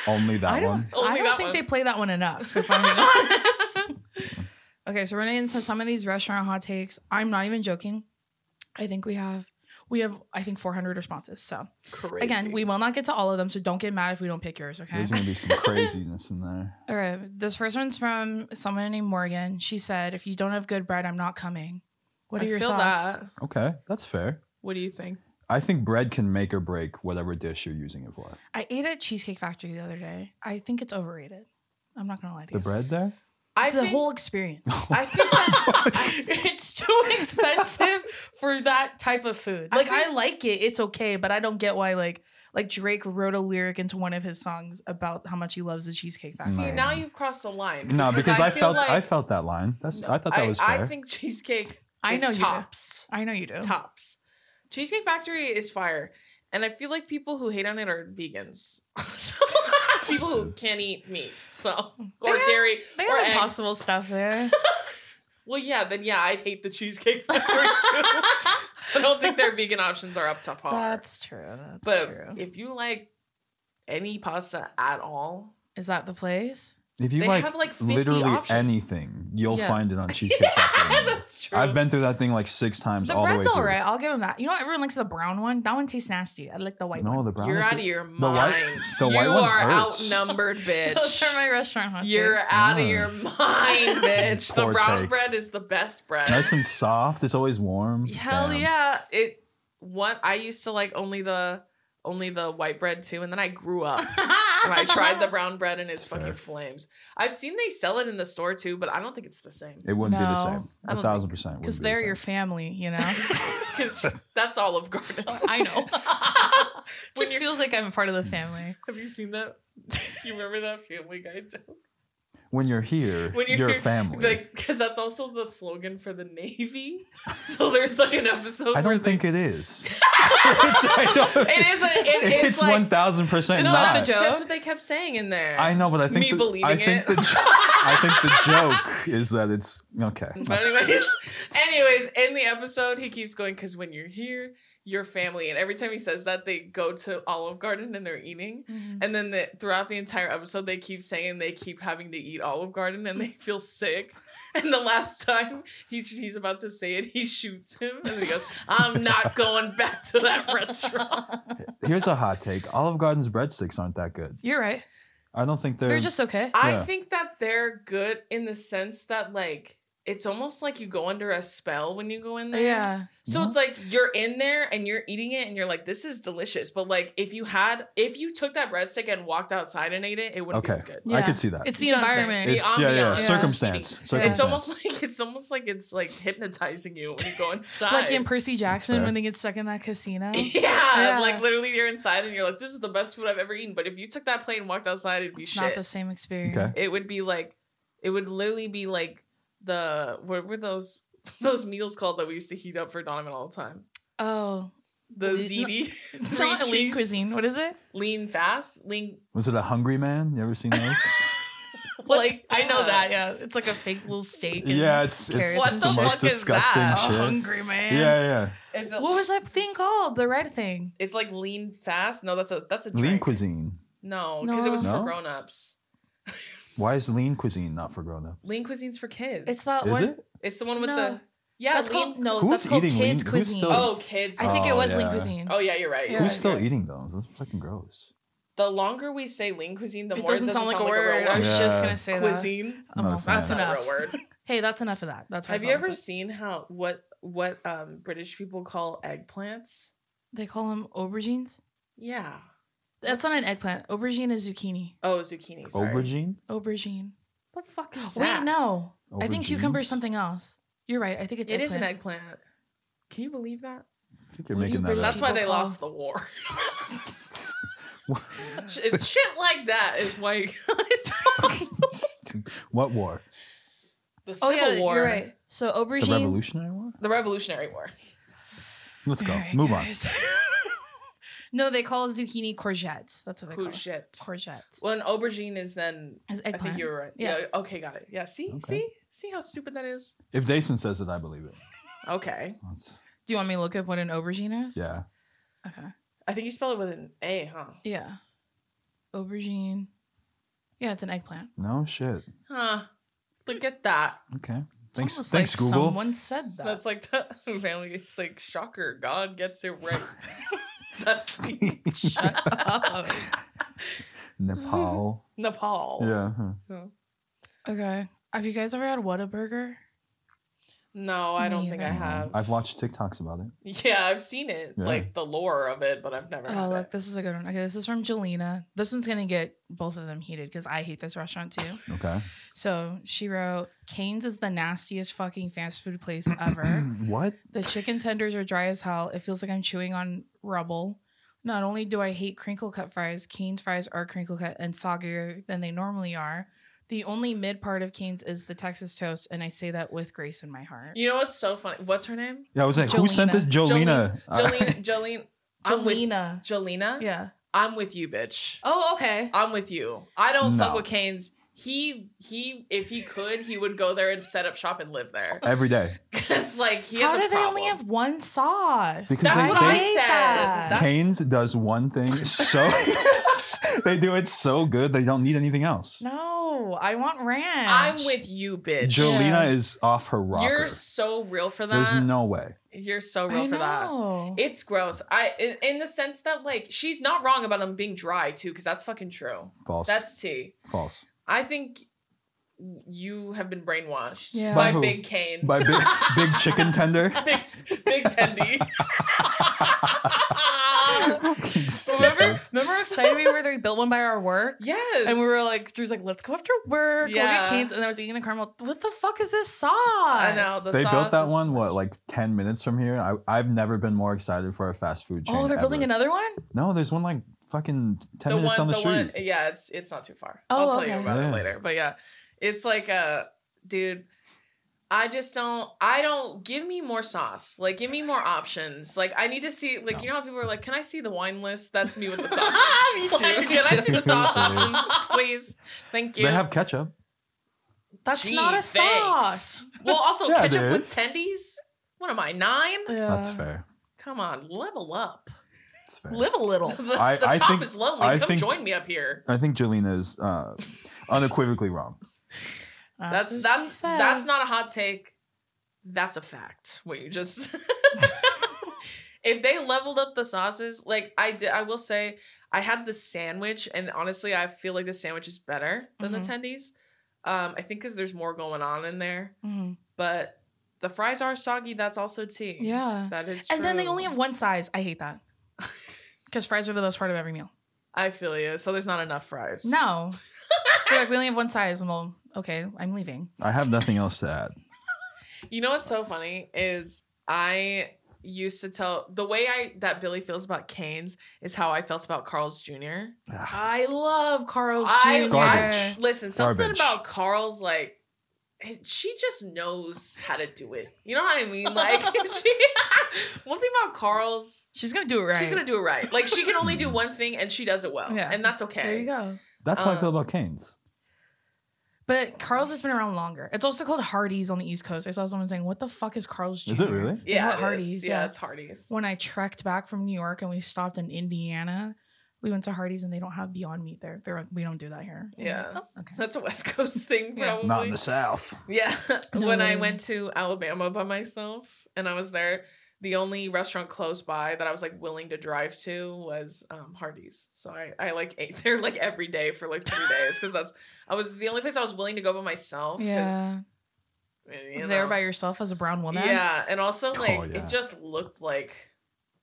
B: Only that
A: I don't.
B: one.
C: Only
A: I
C: that
A: don't think
C: one.
A: they play that one enough. If I'm being honest. okay, so Renee says some of these restaurant hot takes. I'm not even joking. I think we have we have I think 400 responses. So
C: Crazy.
A: again, we will not get to all of them. So don't get mad if we don't pick yours. Okay.
B: There's gonna be some craziness in there.
A: All right. This first one's from someone named Morgan. She said, "If you don't have good bread, I'm not coming." What are
C: I
A: your
C: feel
A: thoughts?
C: that.
B: Okay, that's fair.
C: What do you think?
B: I think bread can make or break whatever dish you're using it for.
A: I ate at Cheesecake Factory the other day. I think it's overrated. I'm not gonna lie to
B: The
A: you.
B: bread there?
C: I
A: the
C: think,
A: whole experience.
C: I think that,
A: it's too expensive for that type of food. Like I, like it, it's okay, but I don't get why like like Drake wrote a lyric into one of his songs about how much he loves the Cheesecake Factory.
C: see
B: No.
C: now you've crossed a line.
B: No, because I,
C: feel
B: felt
C: like-
B: I felt that line. That's I thought that
C: I,
B: was
C: I
B: fair.
C: think cheesecake.
A: I
C: is
A: know you do.
C: tops.
A: I know you do.
C: Tops. Cheesecake Factory is fire, and I feel like people who hate on it are vegans. so, people who can't eat meat, so or
A: have-
C: dairy
A: They
C: or
A: have
C: eggs.
A: impossible stuff there.
C: Well, yeah, then yeah, I'd hate the Cheesecake Factory too. I don't think their vegan options are up to par.
A: That's true. That's
C: but
A: true.
C: if you like any pasta at all,
A: Is that the place?
B: if you
C: they
B: like,
C: have, like, 50
B: literally
C: options.
B: anything, you'll
C: Yeah.
B: find it on Cheesecake Factory.
C: that's true.
B: I've been through that thing like six times
A: The
B: all the way
A: bread's
B: through.
A: all right. I'll give them that. You know, what? everyone likes the brown one. That one tastes nasty. I like the white
B: No,
A: one.
B: e- the brown.
C: You're
B: is-
C: out of your mind.
B: white- the white
C: you
B: one
C: are
B: hurts.
C: outnumbered,
A: Those
C: bitch.
A: are my restaurant hot
C: You're
A: takes.
C: out of
B: Mm.
C: your mind, bitch. the
B: Poor
C: brown
B: take.
C: bread is the best bread.
B: nice and soft. It's always warm.
C: Hell
B: Damn.
C: yeah! It what I used to like only the only the white bread too, and then I grew up and I tried the brown bread and it's
B: Fair.
C: fucking flames. I've seen they sell it in the store too, but I don't think it's the same
B: It wouldn't be the
A: No,
B: same.
C: I
B: A
C: don't
B: thousand
C: think-
B: percent.
A: because
B: wouldn't be
A: they're
B: the
A: your
B: same.
A: family, you know.
C: because that's Olive Garden.
A: I know.
C: When
A: Just
C: you're-
A: feels like I'm a part of the family.
C: Have you seen that? you remember that Family Guy joke?
B: when you're here,
C: when you're,
B: you're, family.
C: because that's also the slogan for the Navy. So there's like an episode.
B: I
C: where
B: don't
C: they-
B: think it is. it's, I don't-
C: it is. A, it-
B: it's
C: it's like,
B: one thousand percent
A: No,
B: not.
A: that's a joke.
C: That's what they kept saying in there.
B: I know, but I think
C: Me
B: the,
C: believing
B: I think
C: it.
B: the jo- I think the joke is that it's okay.
C: But
B: That's-
C: anyways, anyways, in the episode, he keeps going because when you're here, your family. And every time he says that, they go to Olive Garden and they're eating.
B: Mm-hmm.
C: And then the, throughout the entire episode, they keep saying they keep having to eat Olive Garden and they feel sick. And the last time he, he's about to say it, he shoots him and he goes, "I'm not going back to that restaurant."
B: Here's a hot take: Olive Garden's breadsticks aren't that good.
A: You're right.
B: I don't think they're.
A: They're just okay.
C: I
B: Yeah.
C: think that they're good in the sense that like it's almost like you go under a spell when you go in there.
A: Yeah.
C: So it's like you're in there and you're eating it and you're like, this is delicious. But like if you had if you took that breadstick and walked outside and ate it, it wouldn't
B: okay.
C: be as good.
B: I
A: Yeah.
B: could see that.
A: It's the
C: You see what I'm saying?
A: environment.
C: the
B: It's- yeah, yeah,
C: ambiance.
B: circumstance,
C: Just eating.
B: circumstance.
C: It's almost like it's almost like it's like hypnotizing you when you go inside.
A: like in Percy Jackson
B: fair.
A: when they get stuck in that casino.
C: yeah,
A: Yeah.
C: like literally you're inside and you're like, this is the best food I've ever eaten. But if you took that plate and walked outside, it'd be
A: it's
C: shit.
A: not the same experience.
B: Okay.
C: it would be like it would literally be like the what were those those meals called that we used to heat up for Donovan all the time?
A: Oh,
C: The
A: It's
C: ziti,
A: it's
C: three
A: not a lean
C: cheese,
A: cuisine. What is it?
C: lean fast, lean
B: Was it a Hungry Man? You ever seen those?
A: like I know that.
C: that?
A: Yeah, it's like a fake little steak. and
B: yeah, it's it's
A: carrots
C: What
A: and
B: the
C: the
A: shit.
C: fuck
B: most
C: is
B: disgusting
C: that?
A: A
B: shit.
A: hungry Oh, man.
B: Yeah, yeah.
C: Is it,
A: What was that thing called? The red thing.
C: It's like lean fast. No, that's a that's a drink.
B: Lean cuisine.
C: No, because it was
B: No.
C: for grown-ups.
B: Why is lean cuisine not for grown up?
C: Lean cuisine's for kids.
A: It's that
B: Is
A: one.
B: it?
C: It's the one with
A: No.
C: the yeah.
A: That's
C: lean-
A: called no.
B: Who's
A: that's called
B: eating
A: kids
B: lean- who's
A: cuisine.
B: still-
C: Oh, kids.
A: I think it
B: Oh,
A: was lean
B: yeah.
A: cuisine.
C: oh yeah, you're right.
A: Yeah.
C: you're
B: Who's
C: right,
B: still
C: you're right.
B: eating those? That's fucking gross.
C: The longer we say lean cuisine, the
A: it
C: more
A: doesn't sound like a
C: real
A: word. I was
B: word.
A: just
B: Yeah.
A: gonna say that.
C: Cuisine.
A: Oh,
B: Not a fan.
A: that's
C: It's not a
A: enough.
C: real word.
A: Hey, that's enough of that. That's my
C: Have you
A: fault.
C: ever seen how what what um British people call eggplants?
A: They call them aubergines.
C: Yeah.
A: That's not an eggplant. Aubergine is zucchini.
C: Oh, zucchini. Sorry.
B: Aubergine?
A: Aubergine.
C: What the fuck is that?
A: Wait, no. I think
B: Aubergines?
A: cucumber's something else. You're right. I think it's
C: It is an
A: eggplant.
C: eggplant. Can you believe that?
B: I think you're
A: What do you
B: making
A: British
B: that up.
C: That's why
A: people
C: they
A: call-
C: lost the war.
B: What-
C: it's shit like that is why
B: what war?
C: the Civil
A: Oh yeah,
C: War,
A: you're right. So
B: The
A: aubergine.
B: Revolutionary War?
C: the Revolutionary War.
B: Let's go.
A: All right,
B: Move
A: guys. no, they call zucchini courgettes. That's what they
C: Cool
A: call it.
C: shit.
A: Courgette.
C: Well, an aubergine is then.
A: Is
C: I think
A: eggplant.
C: you were right.
A: Yeah.
C: Yeah. Okay, got it. Yeah. See,
B: Okay.
C: see, see how stupid that is.
B: on. If Dason says it, I believe it.
C: Okay.
B: That's,
A: Do you want me to look up what an aubergine is?
B: yeah.
A: Okay.
C: I think you spell it with an A, huh?
A: Yeah. Aubergine. Yeah, it's an eggplant.
B: No shit.
C: Huh. Look at that.
B: Okay. Thanks,
A: Almost
B: thanks
A: like
B: Google.
A: Someone said that.
C: That's like the family. It's like shocker. God gets it right. That's me.
B: Nepal.
C: Nepal.
B: yeah. Mm-hmm. huh.
A: okay. Have you guys ever had Whataburger?
C: No, I don't think I
A: Neither.
C: have.
B: I've watched TikToks about it.
C: Yeah, I've seen it,
B: Yeah.
C: like the lore of it, but I've never.
A: Oh,
C: had
A: look,
C: it.
A: this is a good one. Okay, this is from Jelena. This one's gonna get both of them heated because I hate this restaurant too.
B: Okay.
A: So she wrote, "Canes is the nastiest fucking fast food place ever.
B: What?
A: the chicken tenders are dry as hell. It feels like I'm chewing on rubble. Not only do I hate crinkle cut fries, Canes fries are crinkle cut and soggier than they normally are. The only mid part of Canes is the Texas toast, and I say that with grace in my heart.
C: You know what's so funny? What's her name?
B: Yeah, I was like, who sent this? Uh, Jolena.
C: Jolene. Jolene. Jolene. I'm with
A: Jelena,
C: Jolena.
A: yeah.
C: I'm with you, bitch.
A: Oh, okay.
C: I'm with you. I don't fuck
B: No.
C: with Canes. He he. If he could, he would go there and set up shop and live there.
B: Every day.
C: Because like he
A: How
C: has a
A: do they
C: problem.
A: only have one sauce?
B: Because
C: That's
B: they-
C: what I
B: they-
C: said.
A: that.
C: That's-
B: Canes does one thing so they do it so good they don't need anything else.
A: No, I want ranch.
C: I'm with you, bitch.
B: Jolena
A: Yeah.
B: is off her rocker.
C: You're so real for
B: There's
C: that.
B: no way.
C: You're so
A: I
C: real for that.
A: know.
C: It's gross. I in, in the sense that like she's not wrong about him being dry too, because that's fucking true.
B: False.
C: That's tea.
B: false.
C: I think you have been brainwashed
A: Yeah.
B: By
C: by,
B: who?
C: Big Kane,
B: By big, big chicken tender.
C: Big, Big Tendy.
B: Fucking
C: Remember?
B: stupid.
A: Remember how excited we were that we built one by our work?
C: Yes.
A: And we were like, Drew's like, let's go after work. We'll
C: Yeah.
A: get canes. And I was eating the caramel. What the fuck is this sauce?
C: I know the
B: They
C: sauce
B: built that
C: is-
B: one what like ten minutes from here. I, I've never been more excited for a fast food chain.
A: Oh, they're building
B: ever.
A: another one?
B: No, there's one like fucking ten
C: The
B: minutes
C: one,
B: down the,
C: the,
B: street.
C: one. Yeah, it's it's not too far.
A: Oh,
C: I'll tell
A: okay.
C: you about
B: Yeah.
C: it later. But yeah, It's like a dude. I just don't. I don't. Give me more sauce. Like, give me more options. Like, I need to see. Like, you know how people are like, "Can I see the wine list?" That's me with the sauce. Like, Can I see the sauce options, please? Thank you.
B: They have ketchup.
A: That's
C: Gee,
A: not a
C: thanks.
A: sauce.
C: Well, also
B: Yeah, it
C: ketchup with
B: is.
C: tendies. What am I nine?
B: That's fair.
C: Come on, level up.
B: That's fair.
A: Live a little.
C: The,
B: I-
C: the
B: I
C: top
B: think-
C: is lonely.
B: I
C: Come
B: think-
C: join me up here.
B: I think Jelena is uh, unequivocally wrong.
C: That's
A: what she
C: that's
A: said.
C: that's not a hot take. That's a fact. What you just If they leveled up the sauces, like I did I will say I had the sandwich and honestly I feel like the sandwich is better than
A: Mhm.
C: the tendies. Um I think cuz there's more going on in there,
A: Mhm.
C: but the fries are soggy, that's also tea.
A: yeah.
C: That is true.
A: And then they only have one size. I hate that. Because fries are the best part of every meal.
C: I feel you. So there's not enough fries.
A: No. They're like, we only have one size. And well, okay, I'm leaving.
B: I have nothing else to add.
C: You know what's so funny is I used to tell the way I that Billy feels about Canes is how I felt about Carl's Jr.
B: Ugh.
A: I love Carl's
C: I,
A: Jr.
B: Garbage.
C: I- listen something
B: Garbage.
C: about Carl's like eh, she just knows how to do it. You know what I mean? Like she, one thing about Carl's,
A: She's going to do it right.
C: she's gonna do it right. Like she can only do one thing and she does it well,
A: Yeah.
C: and that's okay.
A: There you go.
B: That's how I feel
C: Um,
B: about Canes.
A: But Carl's has been around longer. It's also called Hardee's on the East Coast. I saw someone saying, what the fuck is Carl's Jr.?
B: Is it really?
A: They
C: Yeah,
A: call it
C: Hardee's.
A: Hardee's.
C: yeah,
A: yeah.
C: it's Hardee's.
A: when I trekked back from New York and we stopped in Indiana, we went to Hardee's and they don't have Beyond Meat there. They're like, we don't do that here. I'm like,
C: Yeah.
A: "Oh, okay.
C: That's a West Coast thing,
A: Yeah.
C: probably.
B: Not in the South.
C: Yeah.
A: No,
C: when I
A: literally.
C: went to Alabama by myself and I was there, the only restaurant close by that I was like willing to drive to was um, Hardee's. So I, I like ate there like every day for like three days because that's, I was the only place I was willing to go by myself. 'cause,
A: Yeah.
C: You
A: There
C: know.
A: by yourself as a brown woman.
C: Yeah. And also
B: Oh,
C: like,
B: yeah.
C: it just looked like,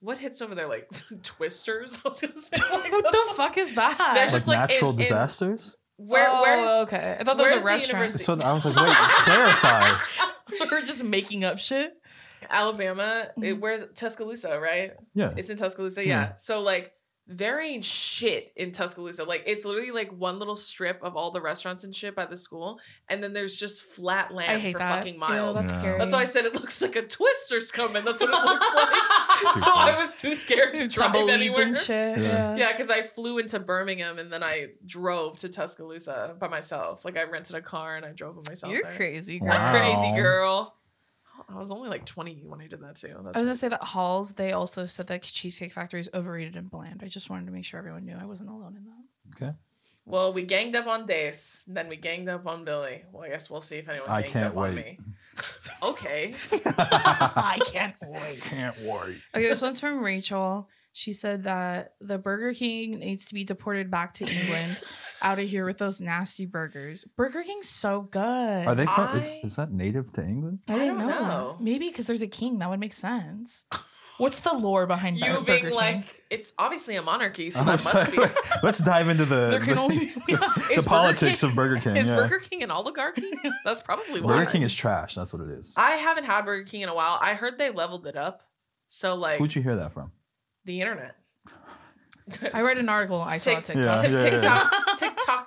C: what hits over there? Like twisters? I was going to say. Like,
A: what the
C: that's-
A: fuck is that?
C: There's
B: Like
C: just, like,
B: natural
C: in- in-
B: disasters.
C: Where,
A: oh,
C: where's,
A: okay. I thought that
C: where's
A: was a
C: the
A: restaurant.
B: So I was like, wait, clarify.
A: We're just making up shit.
C: Alabama,
A: Mm-hmm.
C: it, where's Tuscaloosa, right?
B: Yeah.
C: It's in Tuscaloosa, yeah. So like there ain't shit in Tuscaloosa. Like it's literally like one little strip of all the restaurants and shit by the school, and then there's just flat land
A: I hate
C: for
A: that.
C: fucking
A: Ew,
C: miles.
A: that's
B: Yeah.
A: scary.
C: that's why I said it looks like a twister's coming. That's what it looks like. so I was too scared to drive
A: tumbleweeds
C: anywhere.
A: and shit.
B: Yeah.
A: Yeah.
C: Yeah, because I flew into Birmingham and then I drove to Tuscaloosa by myself. Like I rented a car and I drove by myself.
A: You're
C: there.
A: crazy, girl.
B: Wow.
C: Crazy girl. I was only like 20 when I did that too. That's
A: I was gonna say that Halls. They also said that Cheesecake Factory is overrated and bland. I just wanted to make sure everyone knew I wasn't alone in that.
B: Okay.
C: Well, we ganged up on Dace, then we ganged up on Billy. Well, I guess we'll see if anyone
B: I
C: gangs
B: can't
C: up on
B: wait.
C: me. okay.
A: I can't wait.
B: Can't worry.
A: Okay, this one's from Rachel. She said that the Burger King needs to be deported back to England, out of here with those nasty burgers. Burger King's so good.
B: Are they from? Is,
C: I-
B: is that native to England?
A: I didn't
C: I don't
A: know. that.
C: know.
A: Maybe because there's a king, that would make sense. What's the lore behind
C: You
A: Bur-
C: being
A: Burger
C: like,
A: King?
C: it's obviously a monarchy, so
B: I'm
C: that
B: Oh, sorry,
C: must be.
B: wait, let's dive into the
A: There can
B: the,
A: only be-
B: the
C: Is Burger
B: politics
C: King-
B: of Burger King.
C: Is
B: yeah.
C: Burger King an oligarchy? That's probably why.
B: Burger King is trash. That's what it is.
C: I haven't had Burger King in a while. I heard they leveled it up. So, like,
B: Who'd you hear that from?
C: the internet.
A: I read an article. I saw
C: Take-
A: a TikTok.
B: Yeah, yeah, yeah.
C: TikTok,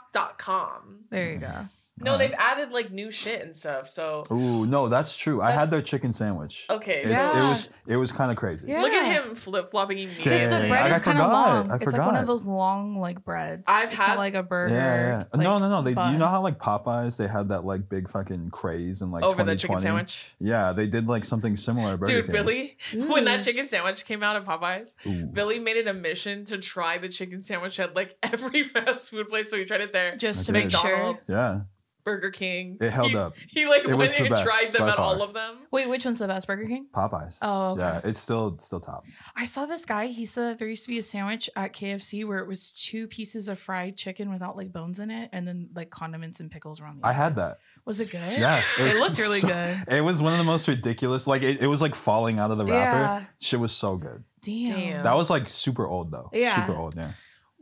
C: TikTok.com.
A: There you go.
C: No,
B: Alright.
C: they've added like new shit and stuff. So,
B: Ooh, no, that's true. I
C: That's-
B: had their chicken sandwich.
C: okay.
B: It's,
C: so
B: It
A: Yeah.
B: was it was kind of crazy.
A: Yeah.
C: Look at him flip flopping
A: Because
B: Dang,
A: the
C: immediately.
A: bread
B: I
A: is kind of
B: forgot.
A: long.
B: I
A: it's like one
B: forgot.
A: of those long like breads.
C: I've
A: it's
C: had-
A: not like a burger.
B: Yeah, yeah.
A: like,
B: no, no, no. They, you
A: bun.
B: know how like Popeyes, they had that like big fucking craze and like
C: Over the chicken
B: 2020?
C: sandwich.
B: Yeah, they did like something similar. at Burger
C: Dude,
B: King.
C: Billy, when that
A: Ooh.
C: chicken sandwich came out at Popeyes,
B: Ooh.
C: Billy made it a mission to try the chicken sandwich at like every fast food place. So he tried it there.
A: just to
B: Okay.
A: make sure.
C: McDonald's.
B: Yeah,
C: Burger King.
B: It held
C: he,
B: up.
C: He like
B: It was
C: went
B: the
C: and
B: best,
C: tried them
B: by
C: at all
B: far.
C: of them.
A: Wait, which one's the best? Burger King?
B: Popeyes.
A: Oh, okay.
B: yeah, it's still still top.
A: I saw this guy. He said that there used to be a sandwich at KFC where it was two pieces of fried chicken without like bones in it, and then like condiments and pickles were on the
B: I had
A: inside.
B: that.
A: Was it good?
B: Yeah,
A: it looked really
B: so-
A: good.
B: It was one of the most ridiculous. Like it, it was like falling out of the wrapper.
A: Yeah.
B: Shit was so good.
A: Damn.
C: Damn.
B: That was like super old though.
A: Yeah.
B: Super old. Yeah.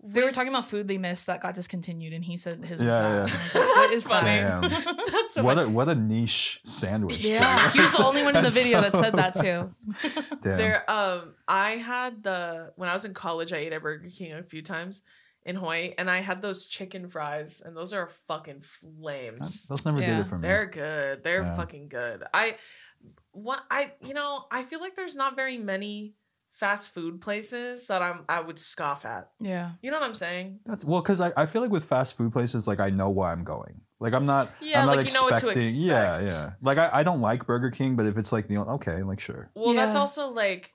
A: They were talking about food they missed that got discontinued, and he said his was
B: Yeah,
A: that. And
B: yeah.
A: I was like, what is
C: That's
A: that?
B: Damn.
C: That's so
B: what
C: much.
B: a what a niche sandwich.
A: Yeah, he was the only one in the video that said that too.
B: Damn.
C: There, um, I had the when I was in college, I ate at Burger King a few times, in Hawaii, and I had those chicken fries, and those are fucking flames.
B: Those never
A: Yeah.
B: did it for me.
C: They're good. They're
B: Mm-hmm. Yeah.
C: fucking good. I what I you know, I feel like there's not very many fast food places that I'm I would scoff at.
A: Yeah.
C: You know what I'm saying?
B: That's well, because I, I feel like with fast food places, like I know where I'm going. Like I'm not.
C: Yeah,
B: I'm not
C: like, you know what to
B: expecting, Yeah,
C: expect.
B: yeah. Like I, I don't like Burger King, but if it's like the only- okay, like sure.
C: Well, that's
A: Yeah.
C: also like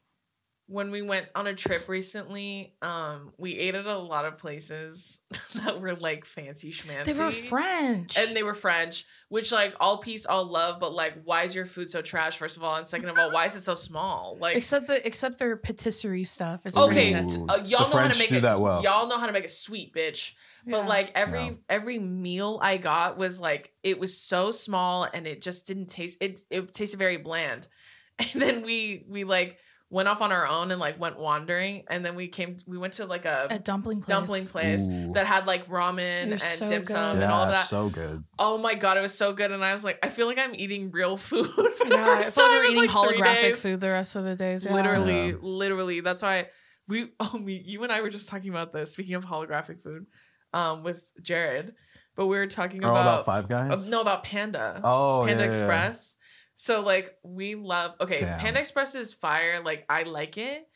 C: when we went on a trip recently, um, we ate at a lot of places that were like fancy schmancy.
A: They were French.
C: and they were French, which like all peace, all love, but like why is your food so trash? First of all, and second of all, why is it so small? Like
A: except the except their patisserie stuff. It's
C: okay,
A: pretty-
B: Ooh,
C: uh, y'all
B: the
C: know how
B: French
C: to make
B: do
C: it.
B: that well.
C: Y'all know how to make it sweet, bitch.
A: Yeah.
C: But like every
B: Yeah.
C: every meal I got was like it was so small and it just didn't taste it. It tasted very bland. And then we we like went off on our own and like went wandering, and then we came. We went to like a,
A: a dumpling place.
C: um, dumpling place
B: Ooh.
C: that had like ramen
A: It
C: and
A: was so
C: dim sum
A: good.
B: yeah,
C: and all that.
B: so good.
C: Oh my god, it was so good, and I was like, I feel like I'm eating real food for the
A: Yeah, I
C: first
A: feel like
C: time
A: we're
C: in,
A: eating
C: like, three
A: holographic
C: days.
A: food the rest of the days. yeah.
C: Literally,
B: Yeah.
C: literally. That's why we. Oh, me, you and I were just talking about this. Speaking of holographic food, um, with Jared, but we were talking
B: Or all
C: about,
B: Oh, about Five Guys.
C: uh, no about Panda,
B: Oh,
C: Panda
B: yeah, yeah,
C: Express. So like, we love. Okay,
B: Damn.
C: Panda Express is fire. Like I like it.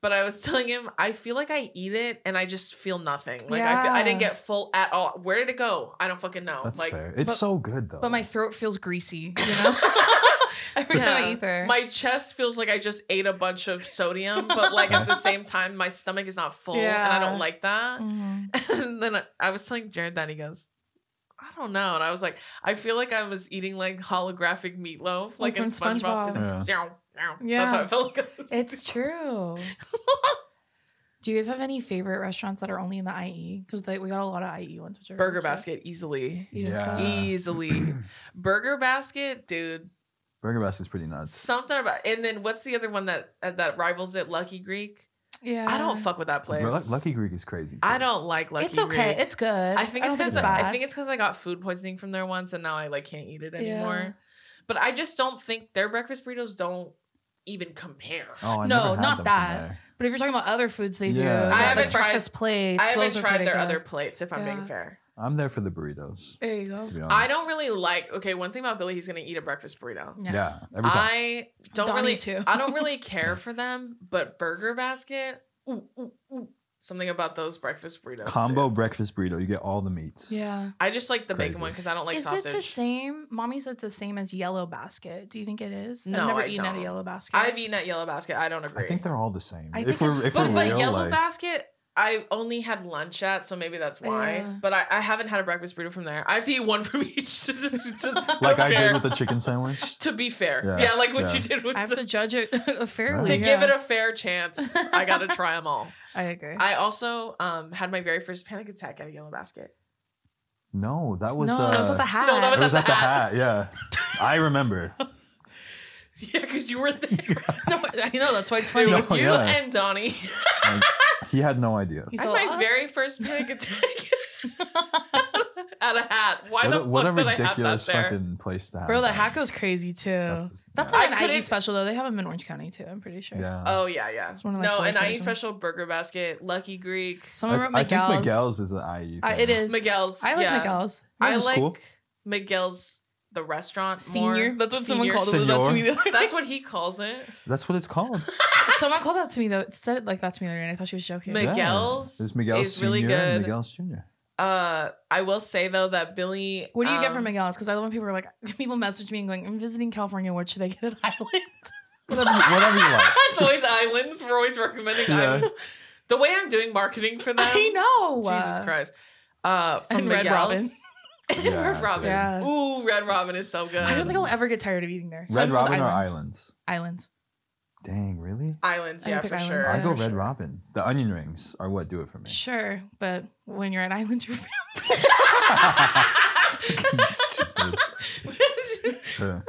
C: But I was telling him, I feel like I eat it and I just feel nothing. Like I, feel, I didn't
A: Yeah.
C: get full at all. Where did it go? I don't fucking know.
B: Yeah. That's
C: like
B: fair. It's
A: but-
B: so good though.
A: But my throat feels greasy, you know? Every time
C: Yeah.
A: I eat there.
C: My chest feels like I just ate a bunch of sodium, but like at the same time, my stomach is not full, and
A: Yeah.
C: I don't like that.
A: Mhm.
C: And then I, I was telling Jared that and he goes, "I don't know," and I was like, "I feel like I was eating like holographic meatloaf, like,
A: Like
C: in
A: from
C: SpongeBob." He's like,
B: SpongeBob.
C: "Zow, zow."
A: Yeah.
C: that's how I felt. Like I was-
A: It's true. Do you guys have any favorite restaurants that are only in the IE? Because we got a lot of IE ones. Which are
C: Burger
A: really cute.
C: Basket easily,
A: You think so?
B: Yeah.
C: easily. Burger Basket, dude.
B: Burger Basket's pretty nuts.
C: Something about and then what's the other one that uh, that rivals it? Lucky Greek.
A: Yeah.
C: I don't fuck with that place.
B: Bro, Lu- Lucky Greek is crazy.
C: I
B: too.
C: don't like Lucky
A: it's okay.
C: Greek.
A: It's good.
C: I think it's
A: don't
C: because
B: bad.
C: I think it's because I got food poisoning from there once, and now I like can't eat it anymore.
A: Yeah.
C: But I just don't think their breakfast burritos don't even compare.
B: Oh,
A: No,
B: I never had
A: not
B: them from
A: that.
B: there.
A: But if you're talking about other foods they do,
B: Yeah. I
A: like
B: haven't
A: the
C: tried-
A: breakfast plates.
C: I haven't
A: those are
C: tried
A: pretty
C: their
A: good.
C: other plates. If I'm being
A: Yeah.
C: fair,
B: I'm there for the burritos.
A: There you go.
B: To be honest,
C: I don't really like. Okay, one thing about Billy, he's gonna eat a breakfast burrito.
A: Yeah.
B: Yeah, every time.
C: I don't
A: Donnie
C: really.
A: too.
C: I don't really care for them, but Burger Basket, ooh, ooh, ooh, something about those breakfast burritos.
B: Combo
C: dude.
B: breakfast burrito. You get all the meats.
A: Yeah.
C: I just like the bacon
B: Crazy.
C: one because I don't like
A: is
C: sausage.
A: it the same? Mommy said it's the same as Yellow Basket. Do you think it is?
C: No,
A: I've never
C: I
A: eaten at
C: don't.
A: a Yellow Basket.
C: I've eaten at Yellow Basket. I don't agree.
B: I think they're all the same.
A: I
B: if
A: think-
B: we're if
C: But
B: we're
C: but
B: real,
C: Yellow
B: like,
C: Basket, I only had lunch at, so maybe that's why.
A: Yeah.
C: But I, I haven't had a breakfast burrito from there. I have to eat one from each. To just, to,
B: like
C: to
B: I
C: fair-
B: did with the chicken sandwich.
C: To be fair, yeah,
B: Yeah,
C: like what
B: yeah.
C: you did with.
A: I have
C: the-
A: to judge it fairly.
C: To
A: yeah.
C: give it a fair chance, I gotta try them all.
A: I agree.
C: I also um, had my very first panic attack at a Yellow Basket.
B: No, that was
A: no,
B: uh,
A: that was not the hat.
C: No, that
B: it
C: was
B: was
C: at
B: at
C: the
B: the hat. Yeah, I remember.
C: Yeah, because you were there.
A: No, I know that's why it's
C: It
A: funny.
C: was
B: No,
C: you
B: Oh, yeah.
C: and Donnie.
B: Like, he had no idea.
A: He's
C: I
A: all,
C: had my
A: "Oh."
C: very first panic attack at a hat. Why
B: What
C: the
B: a,
C: fuck
B: what a
C: did I have that
B: ridiculous
C: there?
B: fucking place to have.
A: Bro, the
B: that.
A: hat goes crazy too.
B: was-
A: That's
B: yeah.
A: not
C: I
A: an IE
C: couldn't-
A: special though. They have them in Orange County too. I'm pretty sure.
B: Yeah.
C: Oh yeah, yeah.
A: one of, like,
C: no,
A: four
C: an
A: choices.
C: IE special burger basket, Lucky Greek,
A: Someone wrote
B: I, I think
A: Miguel's.
B: Miguel's is an IE.
A: I- it
B: thing.
A: is.
C: Miguel's.
A: I like
C: yeah.
A: Miguel's.
C: I
B: This is
C: like
B: cool.
C: Miguel's the restaurant
A: Senior.
C: More.
A: That's what someone
C: Senior.
A: called it that to
B: Senor.
A: me the other day.
C: That's what he calls it.
B: That's what it's called.
A: Someone called that to me though. Said it like that to me the other day. and I thought she was joking.
C: Mig- Miguel's
B: Yeah. There's Miguel's
C: is
B: Senior
C: really good.
B: and Miguel's Junior.
C: Uh, I will say though that Billy.
A: What do you get from
C: um,
A: Miguel's? Because I love when people are like, people message me and going, I'm visiting California. What should I get at Island?
B: Whatever, you- whatever you like.
C: it's always islands. We're always recommending
B: Yeah.
C: islands. The way I'm doing marketing for them.
A: I know.
C: Jesus
A: Uh,
C: Christ. Uh, from
A: and Red
C: Miguel's.
A: Robin.
C: and
B: Yeah,
C: Red Robin.
A: yeah.
C: Ooh, Red Robin is so good.
A: I don't think I'll ever get tired of eating there.
B: Red
A: Something with
B: Robin or
A: islands.
B: Islands?
A: Islands.
B: Dang, really?
C: Islands,
A: I
C: yeah,
A: pick
C: for
A: islands,
B: I
C: sure.
A: yeah.
B: go
A: for
B: Red
A: sure.
B: Robin. The onion rings are what do it for me.
A: Sure, but when you're at Island, you're
B: Stupid. Yeah.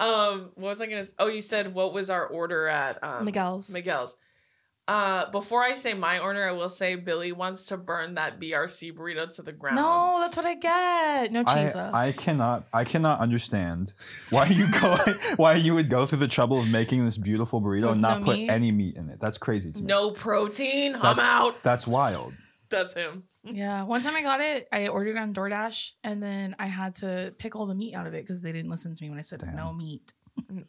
C: Um, what was I gonna? s- Oh, you said what was our order at um,
A: Miguel's.
C: Miguel's. Uh, before I say my order, I will say Billy wants to burn that BRC burrito to the ground.
A: No, that's what I get. No
B: I,
A: cheese. though.
B: I cannot I cannot understand why you go why you would go through the trouble of making this beautiful burrito
A: With
B: and not
A: no
B: put
A: meat?
B: any meat in it. That's crazy to me.
C: no protein.
B: that's,
C: I'm out.
B: That's wild.
C: That's him.
A: Yeah. One time I got it, I ordered on DoorDash and then I had to pick all the meat out of it because they didn't listen to me when I said
B: Damn.
A: no meat.
C: My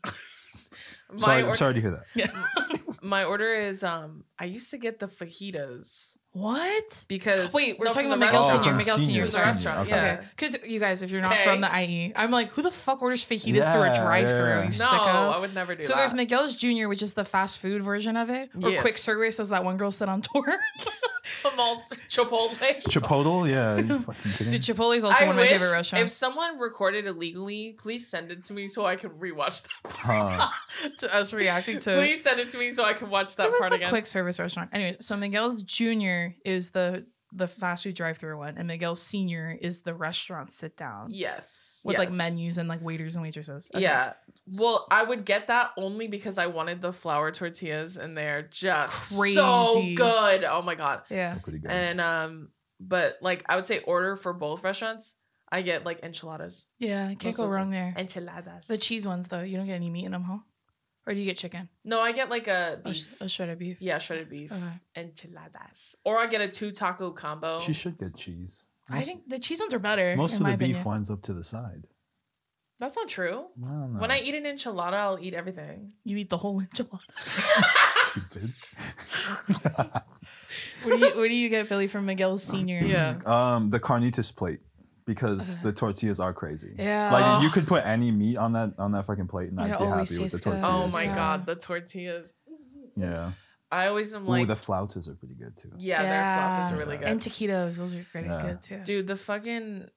B: Sorry,
C: or-
B: I'm sorry to hear that.
C: My order is um. I used to get the fajitas
A: What?
C: because
A: Wait, we're
C: No,
A: talking
C: from
A: about
C: the
A: Miguel
C: restaurant.
A: Senior.
B: from
A: Miguel
B: senior,
A: Senior is the
B: senior,
A: restaurant.
C: okay.
A: Okay. Because you guys, if you're not
C: Okay.
A: from the IE, I'm like, who the fuck orders fajitas through a
B: Yeah,
A: drive through?
B: yeah.
A: You
B: No,
C: No, I
A: sicko.
C: would never do
A: So
C: that.
A: there's Miguel's Jr., which is the fast food version of it, or
C: Yes.
A: quick service, as that one girl said on tour.
C: Miguel's Chipotle.
B: Chipotle, yeah. Are you fucking kidding?
A: Dude, Chipotle is also
C: I
A: one of my
C: wish
A: favorite
C: if
A: restaurants.
C: someone recorded illegally, please send it to me so I can rewatch that.
B: Huh.
A: to us reacting to
C: please send it to me so I can watch that
A: it was
C: part
A: a
C: again.
A: quick service restaurant. Anyways, so Miguel's Jr. is the the fast food drive through one, and Miguel's Senior is the restaurant sit down
C: yes,
A: with like
C: yes.
A: menus and like waiters and waitresses. Okay.
C: Yeah. Well, I would get that only because I wanted the flour tortillas, and they're just so
A: Crazy.
C: good. Oh my god!
A: yeah.
B: They're pretty good.
C: And um, but like I would say order for both restaurants. I get like enchiladas,
A: Yeah,
C: Most
A: can't go
C: of the
A: wrong there.
C: enchiladas.
A: The cheese ones though, you don't get any meat in them, huh? Or do you get chicken?
C: no, I get like a
A: A, sh-
C: beef.
A: a shredded beef.
C: yeah, shredded beef
A: Okay.
C: enchiladas, or I get a two taco combo.
B: she should get cheese.
A: I think the cheese ones are better.
B: most
A: in
B: of the
A: my
B: beef
A: opinion.
B: winds up to the side.
C: That's not true.
B: I don't know.
C: When I eat an enchilada, I'll eat everything.
A: You eat the whole enchilada.
B: Stupid.
A: what, do you, what do you get, Billy, from Miguel's Senior?
C: Yeah.
B: Um, the carnitas plate because the tortillas are crazy.
A: Yeah.
B: Like
C: Ugh.
B: you could put any meat on that on that fucking plate, and
A: And
B: I'd
A: it
B: be
A: always
B: happy with the
A: tastes good.
B: tortillas.
C: Oh my
A: Yeah.
C: god, the tortillas.
B: Yeah.
C: I always am
B: Ooh,
C: like,
B: the flautas are pretty good too.
C: yeah, their flautas are really good.
A: And taquitos, those are pretty
B: Yeah.
A: good too.
C: Dude, the fucking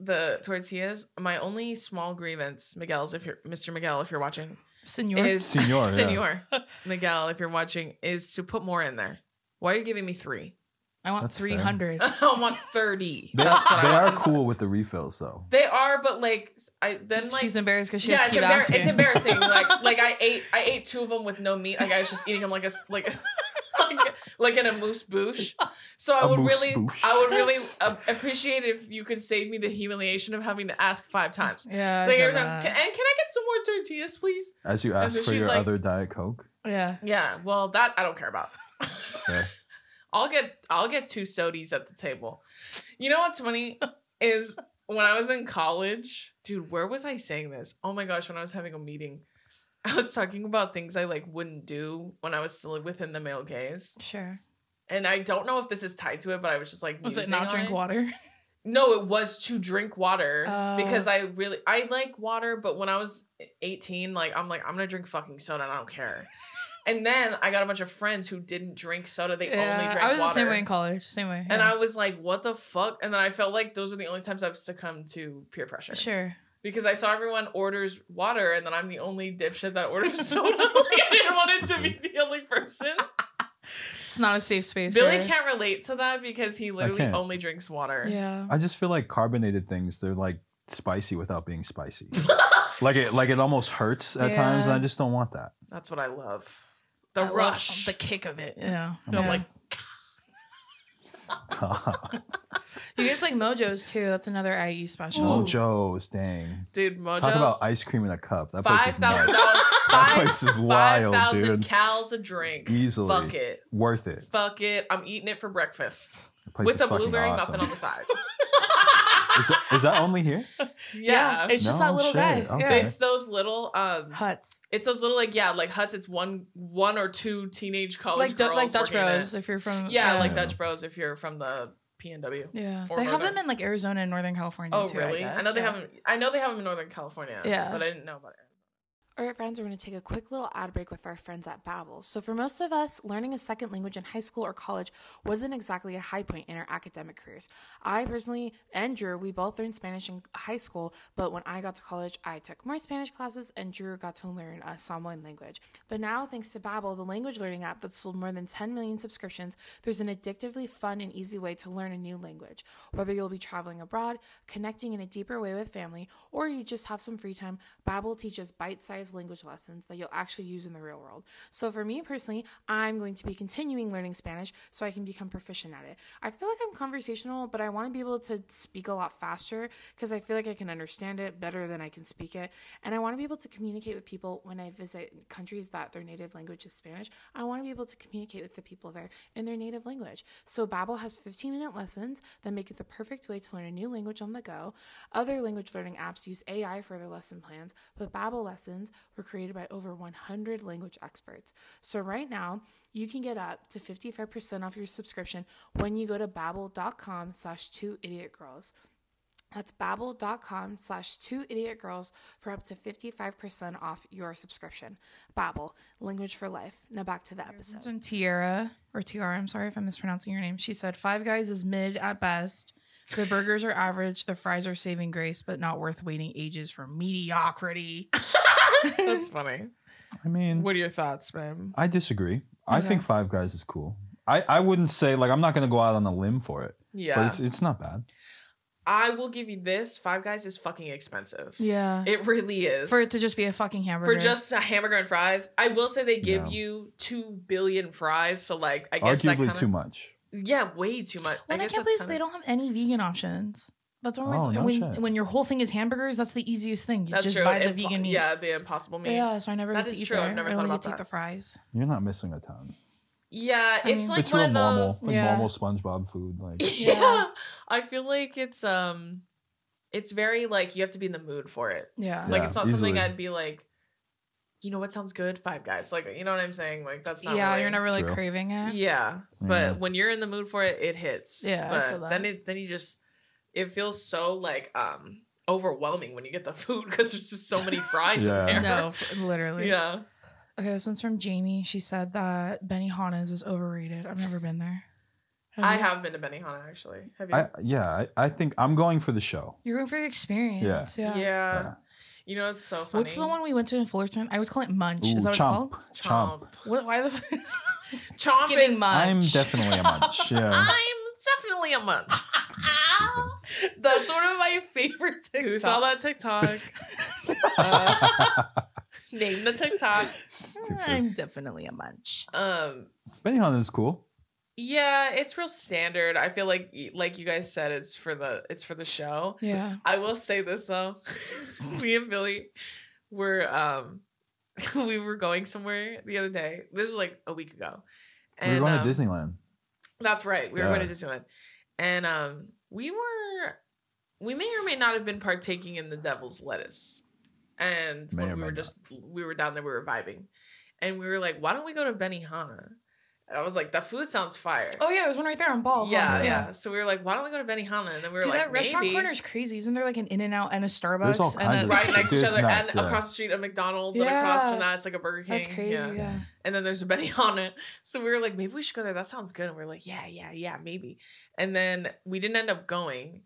C: the tortillas. My only small grievance, Miguel's, if you're Mr. Miguel, if you're watching,
A: Senor.
C: is
B: Senor, yeah.
C: Senor Miguel, if you're watching, is to put more in there. Why are you giving me three?
A: I want
B: That's fair.
A: 300.
C: I want thirty.
B: They,
C: That's what
B: they
C: I
B: are
C: want.
B: cool with the refills though.
C: They are, but like I then like
A: She's embarrassed because she
C: yeah,
A: has to
C: it's,
A: keep
C: embar-
A: asking.
C: it's embarrassing. like, like I ate, I ate two of them with no meat. Like I was just eating them like a, s- like, a- like, like in a moose boosh. So I
B: A
C: would
B: moose
C: really,
B: boosh.
C: I would really uh, appreciate if you could save me the humiliation of having to ask five times.
A: Yeah. I
C: Like
A: feel
C: every time,
A: that.
C: "Can- and can I get some more tortillas, please?
B: As you ask
C: so
B: for
C: she's
B: your
C: like-
B: other diet coke,
A: yeah.
C: Yeah. Well, that I don't care about.
B: it's fair.
C: I'll get, I'll get two sodies at the table. You know what's funny is when I was in college, dude. Where was I saying this? Oh my gosh, when I was having a meeting. I was talking about things I like wouldn't do when I was still within the male gaze.
A: Sure.
C: And I don't know if this is tied to it, but I was just like,
A: Was it
C: musing
A: not
C: on
A: drink water?
C: No, it was to drink water
A: Oh.
C: because I really I like water, but when I was 18, like I'm like, I'm gonna drink fucking soda and I don't care. and then I got a bunch of friends who didn't drink soda, they only drank
A: I was
C: water.
A: the same way in college. Same way.
C: and
A: yeah.
C: I was like, what the fuck? And then I felt like those are the only times I've succumbed to peer pressure.
A: Sure.
C: Because I saw everyone orders water and then I'm the only dipshit that orders soda. like I didn't want it to be the only person.
A: It's not a safe space.
C: Billy
A: right?
C: can't relate to that because he literally
B: can't.
C: only drinks water.
A: Yeah.
B: I just feel like carbonated things they're like spicy without being spicy. like it like it almost hurts at times, and
A: Yeah.
B: I just don't want that.
C: That's what I love. The
A: I love
C: rush.
A: the kick of it. Yeah.
B: And I'm
A: Yeah.
B: like, stop.
A: you guys like mojos too. That's another IE special.
B: Mojo's, dang.
C: Dude, Mojo's.
B: Talk about ice cream in a cup. That place
C: Five
B: is nuts.
C: thousand
B: That
C: dollars.
B: place is
C: Five
B: wild, dude.
C: thousand cals a drink.
B: Easily.
C: Fuck it.
B: Worth it.
C: Fuck it. I'm eating it for breakfast
B: The place
C: with
B: is
C: a
B: fucking
C: blueberry
B: awesome.
C: muffin on the side.
B: Is that, is that only here?
C: yeah.
A: It's just
B: No
A: that little
B: shit,
A: guy.
B: okay.
A: Yeah.
C: It's those little um
A: Huts.
C: it's those little like yeah, like huts, it's one one or two teenage college
A: Like, du-
C: girls
A: like Dutch
C: working in it.
A: Bros, if you're from.
C: Yeah, like
B: Yeah.
C: Dutch Bros if you're from the PNW.
A: Yeah.
C: Or
A: They have
C: Northern.
A: them in like Arizona and Northern California
C: Oh
A: too.
C: really?
A: I,
C: I,
A: guess.
C: know they
A: yeah.
C: haven't I know they have them in Northern California.
A: Yeah.
C: But I didn't know about it.
D: All right, friends, we're going to take a quick little ad break with our friends at Babbel. So, for most of us, learning a second language in high school or college wasn't exactly a high point in our academic careers. I personally and Drew, we both learned Spanish in high school, but when I got to college, I took more Spanish classes and Drew got to learn a Samoan language. But now, thanks to Babbel, the language learning app that's sold more than 10 million subscriptions, there's an addictively fun and easy way to learn a new language. Whether you'll be traveling abroad, connecting in a deeper way with family, or you just have some free time, Babbel teaches bite-sized personalized language lessons that you'll actually use in the real world. So for me personally, I'm going to be continuing learning Spanish so I can become proficient at it. I feel like I'm conversational, but I want to be able to speak a lot faster because I feel like I can understand it better than I can speak it. And I want to be able to communicate with people when I visit countries that their native language is Spanish. I want to be able to communicate with the people there in their native language. So Babbel has 15-minute lessons that make it the perfect way to learn a new language on the go. Other language learning apps use AI for their lesson plans, but Babbel lessons were created by over 100 language experts. So right now, you can get up to 55% off your subscription when you go to babbel.com slash two idiot girls. That's babbel.com slash two idiot girls for up to 55% off your subscription. Babbel, language for life. Now back to the episode.
A: That's when Tiara or Tiara, I'm sorry if I'm mispronouncing your name. She said Five Guys is mid at best. The burgers are average. The fries are saving grace, but not worth waiting ages for mediocrity.
C: That's funny.
B: I mean,
C: What are your thoughts, ma'am?
B: I disagree. I
A: Okay.
B: think Five Guys is cool. I, I wouldn't say like I'm not gonna go out on a limb for it, but
C: Yeah.
B: it's it's not bad.
C: I will give you this. Five Guys is fucking expensive.
A: Yeah.
C: It really is.
A: for it to just be a fucking hamburger.
C: for just a hamburger and fries. I will say they give
B: No.
C: you two billion fries, so like I guess that
B: Arguably
C: kind
B: too
C: of
B: much.
C: yeah, way too
A: Well,
C: much.
A: and I
C: guess
A: can't
C: that's
A: believe
C: kinda-
A: they don't have any vegan options. That's always
B: Oh, no
A: when
B: shit.
A: when your whole thing is hamburgers. That's the easiest thing. You
C: That's
A: just
C: true.
A: buy the
C: Impo-
A: vegan meat.
C: Yeah, the impossible meat. Yeah,
A: Yeah, so I never
C: That
A: get
C: is
A: to eat
C: true. I've
A: there.
C: never
A: I
C: thought
A: only
C: about
A: get to eat
C: that.
A: the fries.
B: You're not missing a ton.
A: I
C: it's
A: mean-
C: like
B: it's
C: one
B: real
C: of
B: normal,
C: those.
B: like
A: Yeah.
B: normal SpongeBob food. Like
C: Yeah.
A: Yeah.
C: I feel like it's um, it's very like you have to be in the mood for it.
A: Yeah.
C: Like
B: Yeah,
C: it's not something
B: easily.
C: I'd be like, you know what sounds good? Five Guys. Like you know what I'm saying? Like that's
A: Yeah,
C: not. really-
A: you're not really
B: True.
A: craving it.
B: Yeah.
C: Yeah, but when you're in the mood for it, it hits.
A: Yeah, I feel
C: but
A: that.
C: then it then you just it feels so like um overwhelming when you get the food because there's just so many fries
B: Yeah.
C: in there.
A: No, f- literally.
C: Yeah,
A: Okay, this one's from Jamie. She said that Benihana's is overrated. I've never been there.
C: I
A: you?
C: have been to Benihana actually. Have you?
B: I, yeah, I, I think I'm going for the show.
A: You're going for the experience. Yeah.
C: yeah.
B: Yeah.
C: You know it's so funny.
A: What's the one we went to in Fullerton? I always call it Munch.
B: Ooh,
A: is that what
B: chomp,
A: it's
B: chomp.
C: Chomp.
A: called? What, why the? F-
C: Chomp
A: Skipping
C: is.
A: munch.
B: I'm definitely a munch. Yeah.
C: I'm definitely a munch. That's one of my favorite TikToks. Who saw that TikTok? Uh, name the TikTok.
B: Stupid.
A: I'm definitely a Munch.
C: Um,
B: Benihana is cool.
C: Yeah, it's real standard. I feel like like you guys said it's for the it's for the show.
A: Yeah.
C: I will say this though. Me and Billy were um we were going somewhere the other day. This was like a week ago. And
B: We're going
C: um,
B: to Disneyland.
C: That's right. We were
B: Yeah.
C: going to Disneyland. And um we were we may or may not have been partaking in the devil's lettuce. And
B: May
C: when
B: or
C: we
B: may
C: were
B: not.
C: just we were down there, we were vibing. And we were like, why don't we go to Benihana? And I was like, the food sounds fire.
A: Oh yeah, there's one right there on Ball. huh?
C: Yeah,
B: Yeah.
C: yeah, So we were like, why don't we go to Benihana? And then we were
A: Dude,
C: like,
A: that restaurant
C: maybe.
A: corner is crazy. Isn't there like an In and Out and a Starbucks?
B: There's all kinds
A: and
B: of
A: a,
C: right
B: shit.
C: next to each
B: Dude, it's
C: other,
B: nuts,
C: and
B: yeah.
C: across the street a McDonald's, and across
A: Yeah.
C: from that it's like a Burger King.
A: That's crazy. Yeah.
C: And then there's a Benihana. So we were like, maybe we should go there. That sounds good. And we are like, yeah, yeah, yeah, maybe. And then we didn't end up going,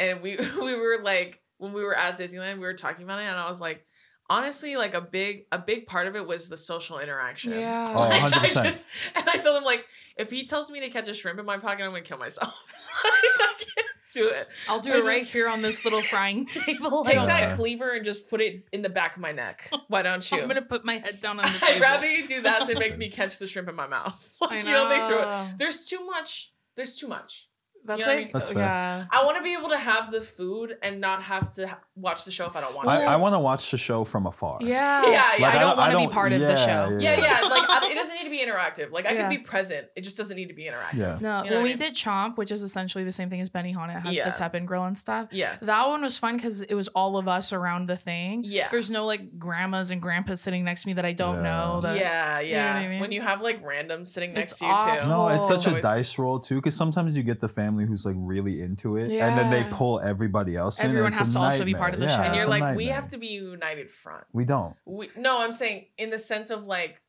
C: and we we were like, when we were at Disneyland, we were talking about it, and I was like, honestly, like a big a big part of it was the social interaction.
A: Yeah.
B: Oh,
C: Like, I
B: 100%.
C: just and I told him like, if he tells me to catch a shrimp in my pocket, I'm gonna kill myself. like, I can't do it.
A: I'll do
C: I
A: it right
C: just-
A: here on this little frying table. I
C: Take
A: don't-
B: Yeah.
C: that cleaver and just put it in the back of my neck. Why don't you?
A: I'm gonna put my head down on the table.
C: I'd rather you do that than make me catch the shrimp in my mouth. Like,
A: I
C: You know, they throw it.
A: know.
C: There's too much. There's too much.
A: That's
C: You know what I
A: like
C: mean?
B: That's fair.
A: yeah.
C: I want to be able to have the food and not have to ha- watch the show if I don't want
B: I,
C: to.
B: I want to watch the show from afar.
A: Yeah.
C: Yeah, yeah.
B: Like,
A: I don't want to be
B: don't-
A: part of the
B: yeah,
A: show.
C: yeah, yeah. Like I, it doesn't need to be interactive. Like I
A: Yeah.
C: can be present. It just doesn't need to be interactive.
B: Yeah.
A: No,
C: You
A: when
C: know
A: we
C: what I mean?
A: did Chomp, which is essentially the same thing as Benihana, it has
C: Yeah.
A: the Teppan grill and stuff.
C: Yeah.
A: That one was fun because it was all of us around the thing.
C: Yeah.
A: There's no like grandmas and grandpas sitting next to me that I don't
B: Yeah.
A: know. That,
C: yeah, yeah.
A: what I mean?
C: When you have like random sitting next
A: It's
C: to you
A: awful.
C: too.
B: No, it's such a
C: Always.
B: dice roll too, because sometimes you get the family who's like really into it, and then they
A: Yeah.
B: pull everybody else. in,
A: Everyone
B: and it's
A: has
B: a
A: to also be part of the
B: nightmare.
A: show.
B: Yeah,
C: And
B: it's
C: you're
B: a
C: like, we
B: nightmare.
C: have to be united front.
B: We don't.
C: We no, I'm saying in the sense of like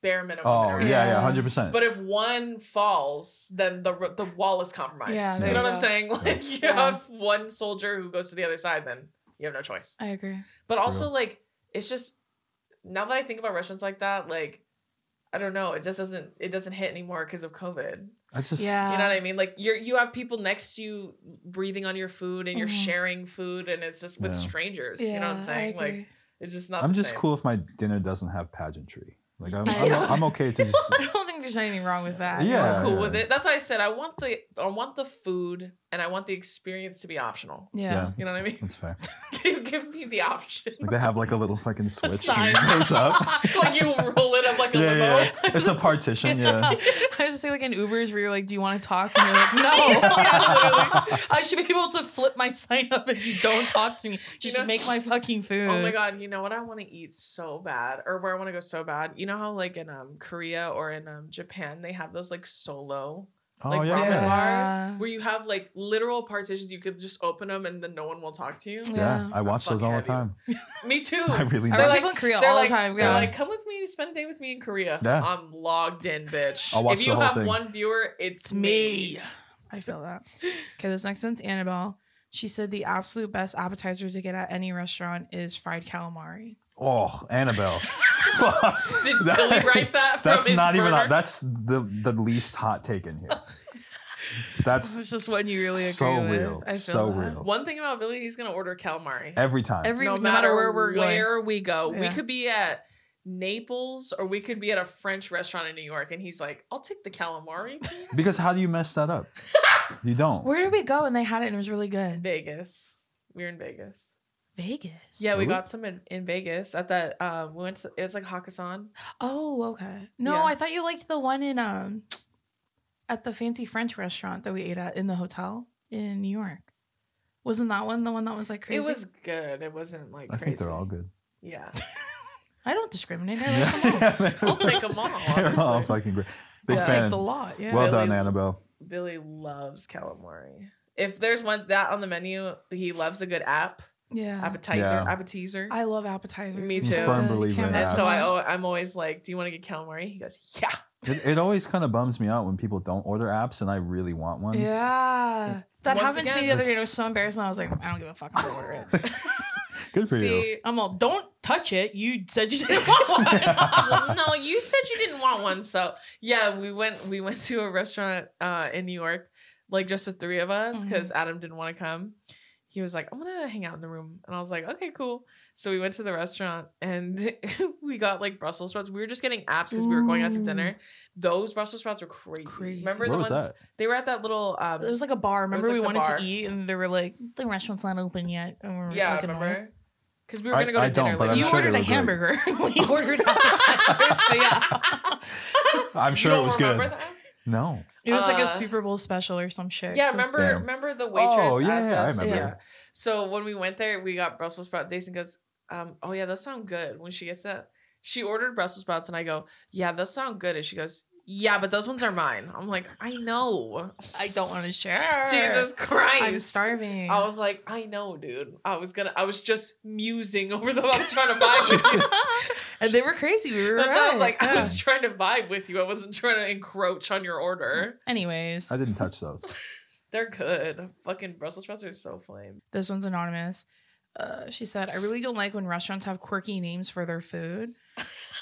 C: bare minimum.
B: Oh yeah,
C: interaction.
B: yeah,
A: Yeah.
B: hundred percent.
C: But if one falls, then the the wall is compromised.
A: Yeah,
C: you
B: there
C: know
B: you
C: what I'm
A: go.
C: saying? Like you
A: Yeah.
C: have one soldier who goes to the other side, then you have no choice.
A: I agree.
C: But
B: True.
C: also, like, it's just now that I think about restaurants like that, like, I don't know, it just doesn't it doesn't hit anymore because of COVID.
B: I just
A: Yeah.
C: You know what I mean? Like you're you have people next to you breathing on your food and you're
A: Mhm.
C: sharing food and it's just with
B: Yeah.
C: strangers. You know what I'm saying? Like It's just not.
B: I'm
C: the
B: just
C: same.
B: cool if my dinner doesn't have pageantry. Like I'm, I'm, I'm okay to just.
A: I don't think there's anything wrong with that.
B: Yeah.
C: I'm cool
B: yeah.
C: with it. That's why I said I want the I want the food and I want the experience to be optional.
A: Yeah.
C: You know what I mean?
B: That's fair.
C: give, give me the option.
B: Like they have like a little fucking switch
C: sign.
B: that goes up.
C: like you roll it up like a
B: Yeah,
C: limo.
B: yeah. It's a partition. Yeah.
A: I just say like in Ubers where you're like, do you want to talk? And you're like, no. I should be able to flip my sign up if you don't talk to me. Just
C: know-
A: make my fucking food.
B: Mm.
C: Oh my god, you know what I want to eat so bad or where I want to go so bad. You know how like in um Korea or in um Japan they have those like solo
B: Oh
C: like
B: yeah.
C: ramen
A: Yeah.
C: bars where you have like literal partitions you could just open them and then no one will talk to you.
B: yeah.
A: Yeah.
B: I watch those
C: fuck
B: all the
C: heavy.
B: time.
C: me too.
B: I really.
A: I
B: do.
C: They're
A: watch
C: like-
A: people in Korea
C: They're
A: all
C: like-
A: the time.
C: They're
A: Yeah.
C: like, come with me, spend a day with me in Korea.
B: Yeah.
C: I'm logged in, bitch.
B: I'll watch
C: if you
B: the whole
C: have
B: thing.
C: one viewer, it's
A: It's
C: me.
A: me. I feel that. Okay, this next one's Annabelle. She said the absolute best appetizer to get at any restaurant is fried calamari.
B: Oh, Annabelle. Fuck.
C: Did
B: That-
C: Billy write that from
B: That's
C: his
B: not even.
C: burner?
B: A, that's the the least hot taken here.
A: This is
B: That's
A: just one you really agree
B: so
A: with.
B: real.
A: I feel
B: So
A: that.
B: real.
C: One thing about Billy, he's gonna order calamari.
B: Every time.
A: Every no, matter, where we're going.
C: where we go, we
A: Yeah.
C: could be at Naples or we could be at a French restaurant in New York, and he's like, "I'll take the calamari." please."
B: because how do you mess that up? You don't.
A: Where did we go? And they had it and it was really good.
C: Vegas. We were in Vegas.
A: Vegas.
C: Yeah, we
B: Ooh.
C: got some in, in Vegas at that. Uh, we went to it was like Hakkasan.
A: Oh, okay. No,
C: Yeah.
A: I thought you liked the one in um at the fancy French restaurant that we ate at in the hotel in New York. Wasn't that one the one that was like crazy?
C: It was good. It wasn't like
B: I
C: crazy.
B: think they're all good.
C: Yeah,
A: I don't discriminate. I like them all.
B: Yeah.
C: I'll take them all.
B: They're all
C: honestly.
B: fucking great. Big
A: I'll
B: fan.
A: take the lot. Yeah.
B: well
C: Really-
B: done, Annabelle.
C: Billy loves calamari. If there's one that on the menu, he loves a good app
A: yeah.
C: appetizer
B: Yeah.
C: appetizer.
A: Uh, I love appetizers.
C: Me too.
B: Firm believer in
C: and
B: Yeah.
C: so I, al- I'm always like, "Do you want to get calamari?" He goes, "Yeah."
B: It, it always kind of bums me out when people don't order apps, and I really want one.
A: Yeah. That
C: Once
A: happened to me
C: again-
A: the other day. and It was so embarrassing. I was like, I don't give a fuck. I'm gonna order it.
B: Good for you.
C: See,
A: I'm all, don't touch it. You said you didn't want one.
C: well, no, you said you didn't want one, so yeah, we went we went to a restaurant uh, in New York, like just the three of us,
A: Mm-hmm.
C: because Adam didn't want to come. He was like, "I'm gonna hang out in the room," and I was like, "Okay, cool." So we went to the restaurant and we got like Brussels sprouts. We were just getting apps because we were going out to
A: Ooh.
C: dinner. Those Brussels sprouts were crazy.
A: Crazy.
C: Remember
B: Where
C: the
B: was
C: ones
B: that?
C: they were at that little um,
A: It was like a bar.
C: was
A: Remember,
C: like
A: we
C: the
A: wanted
C: bar.
A: to eat, and they were like, the restaurant's not open yet. And we were
C: yeah,
A: like, annoyed.
C: remember? Because we were
B: I-
C: gonna go to
B: I don't,
C: dinner.
B: but
C: like
B: I'm
A: You
B: sure they
A: ordered
B: were
A: a
B: great.
A: hamburger. we ordered appetizers, but yeah,
B: I'm
C: You
B: sure it
C: don't
B: was good.
C: remember that?
B: No.
A: it was like
C: Uh,
A: a Super Bowl special or some shit.
C: Yeah,
A: So it's-
C: remember
B: Damn.
C: remember the waitress
B: Oh, yeah,
C: asked
B: I
C: us.
B: remember.
C: Yeah. So when we went there, we got Brussels sprout dates and goes, um, oh yeah, those sound good. When she gets that, she ordered Brussels sprouts and I go, Yeah, those sound good. And she goes, Yeah, but those ones are mine. I'm like, I know.
A: I don't want to share.
C: Jesus Christ.
A: I'm starving.
C: I was like, I know, dude. I was gonna I was just musing over the I was trying to vibe with you.
A: and they were crazy. We were
C: That's why I was
A: right.
C: like, I
A: Yeah.
C: was trying to vibe with you. I wasn't trying to encroach on your order.
A: Anyways,
B: I didn't touch those.
C: They're good. Fucking Brussels sprouts are so flame.
A: This one's anonymous. Uh, she said, I really don't like when restaurants have quirky names for their food.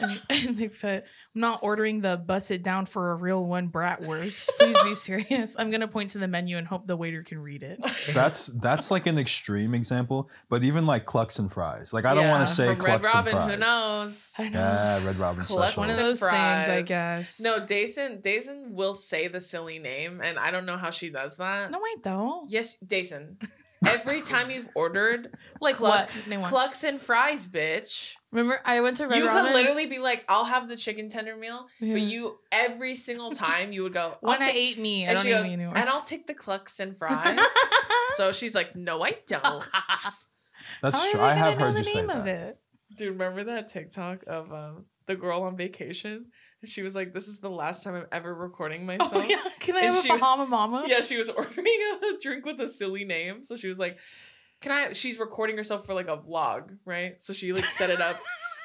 A: and, and they put, I'm not ordering the bus it down for a real one bratwurst. Please be serious. I'm going to point to the menu and hope the waiter can read it.
B: That's that's like an extreme example, but even like clucks and fries. Like I don't
C: Yeah,
B: want to say
C: from
B: clucks
C: Red Robin.
B: and fries.
C: Who knows?
A: I know.
B: Yeah, Red Robin
C: Clucks
A: It's
B: special.
A: one of
C: and
A: those things, I
C: fries.
A: guess.
C: No, Dason. Dason will say the silly name, and I don't know how she does that.
A: No, I don't.
C: Yes, Dason. Every time you've ordered
A: Like
C: clucks,
A: what? Name one.
C: clucks and fries, bitch,
A: Remember, I went to Red
C: you
A: Robin.
C: could literally be like, "I'll have the chicken tender meal,"
A: Yeah.
C: but you every single time you would go, "I'll
A: when I
C: take-"
A: ate me, I
C: and
A: don't
C: she
A: eat
C: goes,
A: me anymore.
C: "And I'll take the clucks and fries." so she's like, "No, I don't."
B: That's
A: How am
B: true. I
A: gonna
B: have
A: know
B: heard you
A: the
B: say
A: name of
B: that.
A: it.
C: Dude, remember that TikTok of um, the girl on vacation? She was like, "This is the last time I'm ever recording myself."
A: Oh, yeah. Can I
C: And
A: have
C: she-
A: a Bahama Mama?
C: yeah, she was ordering a drink with a silly name. So she was like, Can I? She's recording herself for like a vlog, right? So she like set it up.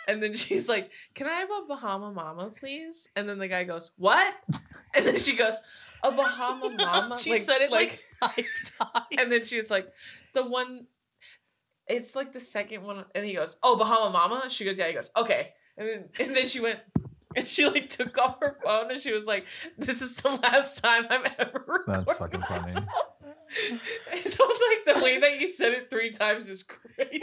C: And then she's like, Can I have a Bahama Mama, please? And then the guy goes, What? And then she goes, A Bahama Mama.
A: she said it like, five times.
C: and then she was like, The one, it's like the second one. And he goes, Oh, Bahama Mama? She goes, Yeah. He goes, Okay. And then, and then she went, and she like took off her phone and she was like, "This is the last time I'm ever." recording
B: That's fucking funny.
C: it's almost like the way that you said it three times is crazy.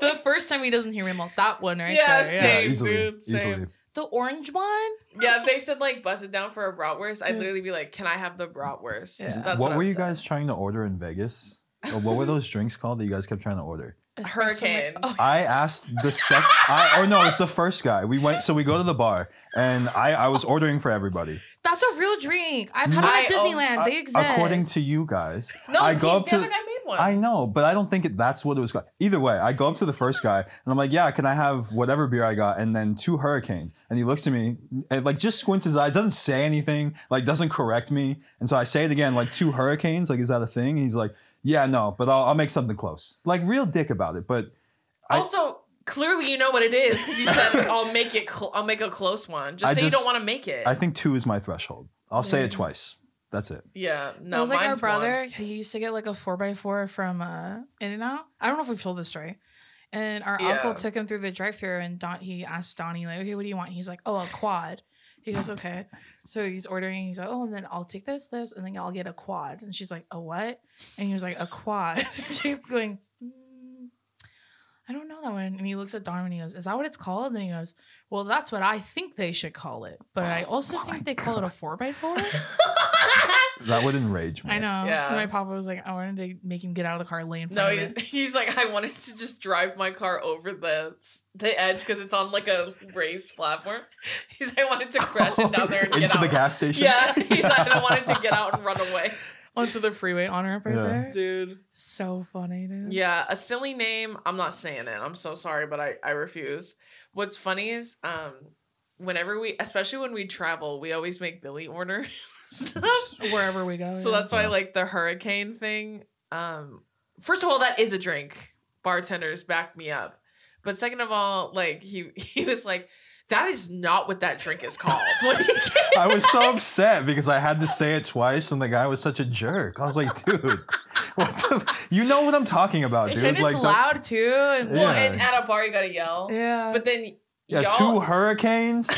A: the first time he doesn't hear me, I'm like, that one right
C: Yeah,
A: there.
C: same.
B: easily,
C: dude, same.
B: easily.
A: The orange one?
C: Yeah, if they said like bust it down for a bratwurst, I'd
A: Yeah.
C: literally be like, "Can I have the bratwurst?"
A: Yeah.
C: That's
B: what
C: I
B: were
C: would
B: you
C: say.
B: guys trying to order in Vegas? Or what were those drinks called that you guys kept trying to order?
A: Espresso
C: Hurricane.
A: ma- Oh,
B: I asked the sec. I, oh no, it's the first guy. We went, so we go to the bar, and I, I was ordering for everybody.
A: that's a real drink. I've had it at
C: I own-
A: Disneyland. they
B: A-
A: exist.
B: uh, According to you guys,
C: No,
B: I
C: I
B: go up
C: the
B: to.
C: other guy made one.
B: I know, but I don't think it, that's what it was called. Either way, I go up to the first guy and I'm like, "Yeah, can I have whatever beer I got?" And then two hurricanes, and he looks at me and like just squints his eyes, doesn't say anything, like doesn't correct me, and so I say it again, like two hurricanes, like is that a thing? And he's like, "Yeah, no, but I'll, I'll make something close." Like real dick about it, but I-
C: also, clearly you know what it is because you said I'll make it. Cl- I'll make a close one. Just
B: I
C: say you
B: just-
C: don't want to make it.
B: I think two is my threshold. I'll say it twice. That's it.
C: yeah, no,
A: I was like our
C: mine's
A: brother.
C: once.
A: He used to get like a four by four from uh, In and Out. I don't know if we've told this story. And our
C: Yeah.
A: uncle took him through the drive through and Don he asked Donnie, like, okay, what do you want? He's like, Oh, a quad. He goes, Okay. So he's ordering, he's like, Oh, and then I'll take this, this, and then I'll get a quad. And she's like, A what? And he was like, A quad. She's going, "Mm, I don't know that one. And he looks at Donovan and he goes, Is that what it's called? And he goes, Well, that's what I think they should call it. But I
C: Oh
A: also think they call it a four by four.
B: That would enrage me.
A: I know.
C: Yeah.
A: And my papa was like, I wanted to make him get out of the car, lay in
C: No,
A: front of
C: he's,
A: it.
C: he's like I wanted to just drive my car over the the edge because it's on like a raised platform. He's I wanted to crash it down there and
B: Oh, Into
C: get out.
B: the gas station.
C: Yeah, he's like I wanted to get out and run away,
A: Onto the freeway on ramp right
B: Yeah.
A: there.
C: dude.
A: So funny, dude.
C: Yeah, a silly name. I'm not saying it. I'm so sorry, but I, I refuse. What's funny is um whenever we especially when we travel, we always make Billy order stuff.
A: Wherever we go.
C: So
A: Oh, yeah.
C: that's why like the hurricane thing. Um first of all, that is a drink. Bartenders back me up. But second of all, like he he was like, that is not what that drink is called. When he came-
B: I was so upset because I had to say it twice, and the guy was such a jerk. I was like, dude, what the? f- You know what I'm talking about, dude?
A: and it's
B: like, the-
A: loud too. And
C: well,
B: Yeah.
C: and at a bar you gotta yell.
A: yeah.
C: But then
B: yeah,
C: y'all
B: two hurricanes,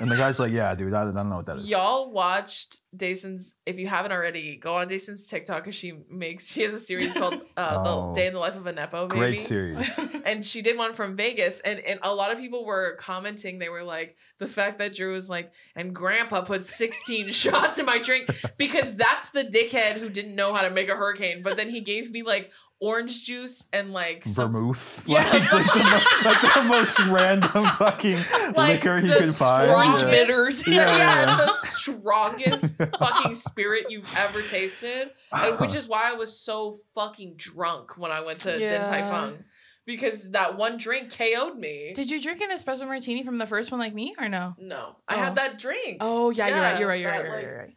B: and the guy's like, yeah, dude, I, I don't know what that is.
C: Y'all watched Dayson's. If you haven't already, go on Dayson's TikTok because she makes. She has a series called uh,
B: Oh.
C: "The Day in the Life of a Nepo Baby,"
B: Great series.
C: and she did one from Vegas. And and a lot of people were commenting. They were like, the fact that Drew was like, and Grandpa put sixteen shots in my drink because that's the dickhead who didn't know how to make a hurricane. But then he gave me like orange juice and like some.
B: Vermouth.
C: Yeah.
B: Like, like, the, mo- like the most random fucking
C: Like
B: liquor he
C: the
B: could find.
C: strong
B: Yeah.
C: bit-
A: bitters.
B: Yeah,
C: yeah,
B: yeah, yeah.
C: the strongest fucking spirit you've ever tasted, and which is why I was so fucking drunk when I went to
A: Yeah.
C: Din Tai Fung because that one drink KO'd me.
A: Did you drink an espresso martini from the first one like me or no?
C: no, I
A: Oh.
C: had that drink
A: Oh yeah, you're right,
C: Yeah,
A: you're right, you're right,
C: that,
A: you're right,
C: like-
A: you're right.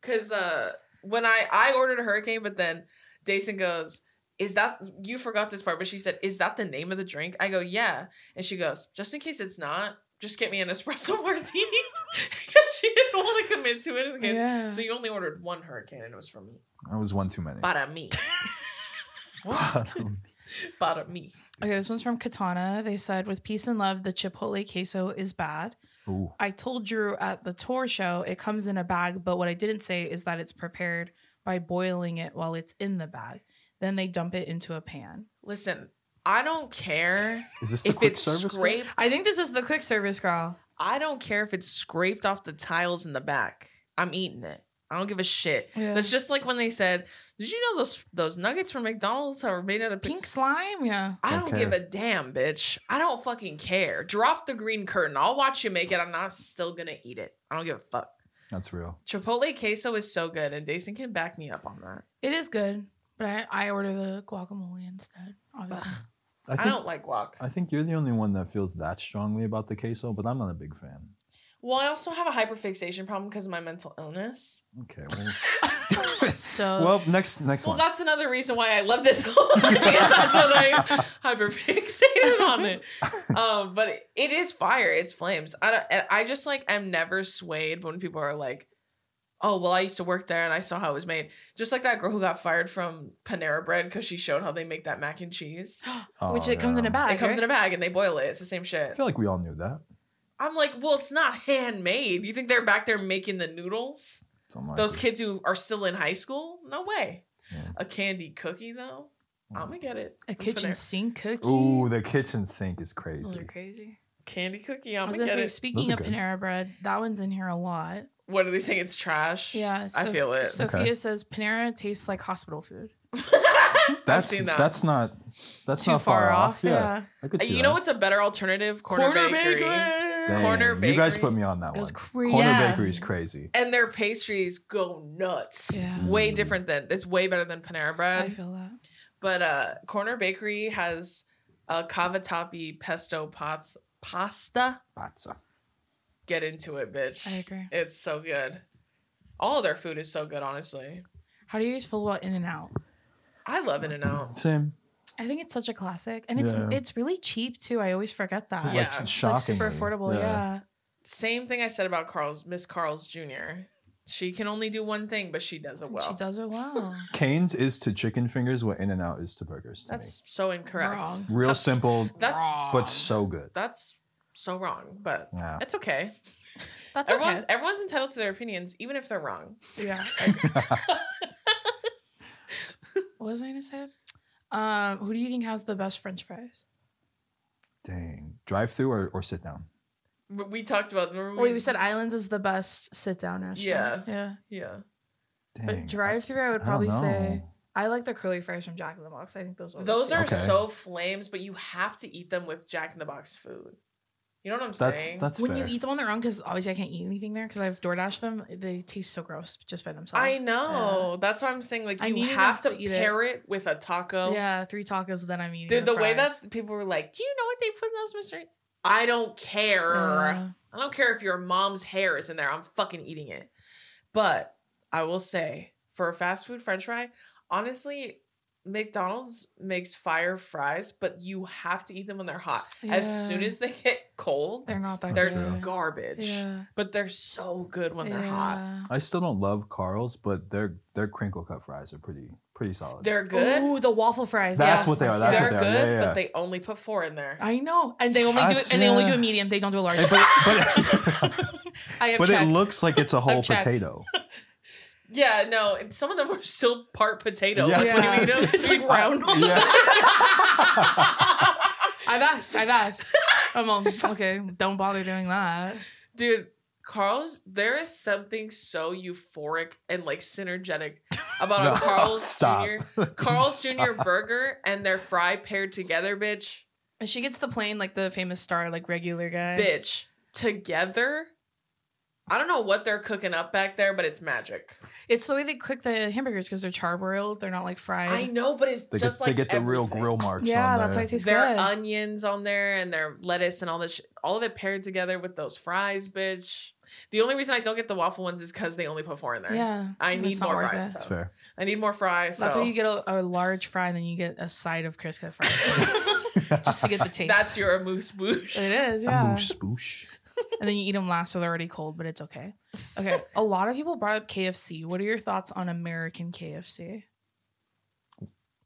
C: because uh, when I I ordered a hurricane, but then Dason goes. Is that you forgot this part? But she said, "Is that the name of the drink?" I go, "Yeah," and she goes, "Just in case it's not, just get me an espresso martini." Because she didn't want to commit to it in case.
A: Yeah.
C: So you only ordered one hurricane, and it was for me.
B: That was one too many.
C: Para me. Para me.
A: Okay, this one's from Katana. They said with peace and love, the Chipotle queso is bad.
B: Ooh.
A: I told Drew at the tour show it comes in a bag, but what I didn't say is that it's prepared by boiling it while it's in the bag. Then they dump it into a pan.
C: Listen, I don't care
B: Is this the
C: if
B: quick
C: it's
B: service? guy?
C: scraped.
A: I think this is the quick service girl.
C: I don't care if it's scraped off the tiles in the back. I'm eating it. I don't give a shit.
A: Yeah.
C: That's just like when they said, "Did you know those those nuggets from McDonald's are made out of pink?"
A: Pink slime, yeah.
C: I
B: Don't
C: don't
B: care.
C: give a damn, bitch. I don't fucking care. Drop the green curtain. I'll watch you make it. I'm not still gonna eat it. I don't give a fuck.
B: That's real.
C: Chipotle queso is so good, and Jason can back me up on that.
A: It is good, but I, I order the guacamole instead, obviously.
B: I
C: I,
B: think,
C: don't like guac.
B: I think you're the only one that feels that strongly about the queso, but I'm not a big fan.
C: Well, I also have a hyperfixation problem because of my mental illness.
B: Okay. Well,
A: so
B: well next next
C: Well,
B: one.
C: that's another reason why I loved it so much because that's what I hyperfixated on it. Um, but it, it is fire. It's flames. I don't, and I just like am never swayed when people are like, "Oh, well, I used to work there and I saw how it was made." Just like that girl who got fired from Panera Bread because she showed how they make that mac and cheese.
B: Oh,
A: which it comes in a
B: yeah.
A: bag.
C: It comes in
A: right?
C: a bag and they boil it. It's the same
B: I
C: shit.
B: feel like we all knew that.
C: I'm like, well, it's not handmade. You think they're back there making the noodles?
B: Something like
C: Those
B: that.
C: kids who are still in high school? No way.
B: Yeah. Mm.
C: A candy cookie though? I'm gonna get it.
A: A
C: It's up
A: kitchen
C: there.
A: sink cookie.
B: Ooh, the kitchen sink is
A: Those
B: crazy.
A: are crazy.
C: candy cookie.
A: I
C: I'm
A: was
C: gonna
A: gonna
C: get
A: say,
C: it.
A: speaking
B: are
A: of
B: good.
A: Panera bread, that one's in here a lot.
C: What are they saying? It's trash.
A: Yeah,
C: I feel it.
A: Sophia
B: Okay.
A: says Panera tastes like hospital food.
B: That's
C: seen that.
B: that's not that's
A: Too
B: not far, off. Yeah. I
A: Uh,
B: could see
C: you
B: that.
C: know what's a better alternative? Corner, bakery.
B: Dang,
C: corner
B: You guys
C: bakery
B: put me on that
A: Goes
B: one.
A: crazy.
B: Corner
A: Yeah.
B: bakery is crazy.
C: And their pastries go nuts.
A: Yeah.
B: Mm.
C: Way different than it's way better than Panera
A: I
C: bread.
A: feel that.
C: but uh Corner Bakery has a cavatappi pesto pots pasta.
B: Pazza.
C: Get into it, bitch.
A: I agree.
C: It's so good. All of their food is so good, honestly.
A: How do you guys feel about In and Out?
C: I love In and Out.
B: Same.
A: I think it's such a classic, and it's
B: Yeah.
A: it's really cheap too. I always forget that.
C: Yeah.
A: Like,
B: Like, shocking.
A: super affordable. Yeah.
C: Same thing I said about Carl's Miss Carl's Jr. She can only do one thing, but she does it well.
A: she does it well.
B: Canes is to chicken fingers what In and Out is to burgers. To
C: That's so incorrect.
A: Wrong.
B: me. real
C: that's-
B: simple,
C: That's
B: but so good.
C: that's so wrong, but
B: Yeah.
C: it's okay.
A: That's
C: everyone's
A: okay.
C: everyone's entitled to their opinions, even if they're wrong.
A: Yeah. what was I gonna say? Um, who do you think has the best French fries?
B: Dang. Drive through or, or sit down.
C: But we talked about remember
A: Wait, we said Islands is the best sit down restaurant. Yeah. Yeah.
C: yeah.
B: Dang.
A: But drive through, I would
B: I
A: probably
B: don't
A: say
B: know.
A: I like the curly fries from Jack in the Box. I think those always
C: Those
A: taste
C: are
B: Okay.
C: so flames, but you have to eat them with Jack in the Box food. You know what I'm
B: That's
C: saying?
B: that's
A: when
B: fair.
A: you eat them on their own, because obviously I can't eat anything there because I've DoorDash them, they taste so gross just by themselves.
C: I know. That's what I'm saying. Like
A: I
C: you
A: need
C: have
A: enough
C: to,
A: to eat it.
C: pair it. with a taco.
A: Yeah, three tacos, then I'm eating.
C: Dude, the way
A: fries.
C: that people were like, "Do you know what they put in those mystery?" I don't care.
A: Uh,
C: I don't care if your mom's hair is in there. I'm fucking eating it. But I will say, for a fast food french fry, honestly, McDonald's makes fire fries, but you have to eat them when they're hot. As
A: Yeah.
C: soon as they get cold,
A: they're not that
B: That's
C: they're
A: good.
C: garbage.
A: Yeah.
C: But they're so good when they're hot.
B: I still don't love Carl's, but their their crinkle cut fries are pretty pretty solid.
C: They're
A: Good.
C: good.
A: Ooh, the waffle fries.
B: That's
A: yeah.
B: what they are, that's
C: they're
B: what they are.
C: good,
B: Yeah, yeah, yeah.
C: but they only put four in there.
A: I know, and they only do it,
B: That's-
A: and they only do a
B: yeah.
A: medium. They don't do a large.
B: Hey, Eh, but but,
A: I have
B: but it
A: checked.
B: looks like it's a whole
A: checked.
B: potato.
C: yeah, no, and some of them are still part potato.
B: Yeah.
C: Like, when you
A: Yeah.
C: eat them,
A: It's
C: it's
A: like
C: like round.
B: yeah.
A: I've asked. I've asked. I'm all, okay. Don't bother doing that.
C: Dude, Carl's, there is something so euphoric and like synergetic about
B: No,
C: a Carl's
B: stop.
C: Jr. Carl's Jr. burger and their fry paired together, bitch.
A: And she gets the plane like the famous star, like regular guy.
C: Bitch. Together. I don't know what they're cooking up back there, but it's magic.
A: It's the way they cook the hamburgers because they're charbroiled. They're not like fried.
C: I know, but it's
B: They get,
C: just
B: they
C: like
B: get the real
C: everything.
B: grill marks.
A: Yeah,
B: on
A: that's
B: there.
A: why it tastes good.
C: Their onions on there and their lettuce and all that shit, all of it paired together with those fries, bitch. The only reason I don't get the waffle ones is because they only put four in there.
A: Yeah,
C: I
A: and
C: need
A: it's not
C: more
A: worth
C: fries.
A: it.
B: That's
C: so.
B: fair.
C: I need more fries.
A: That's
C: so.
A: why you get a, a large fry, and then you get a side of Crisco fries just to get the taste.
C: That's your amuse bouche.
A: it is,
B: A
A: yeah.
B: moosh spoosh.
A: And then you eat them last, so they're already cold, but it's okay. Okay, a lot of people brought up KFC. What are your thoughts on American KFC?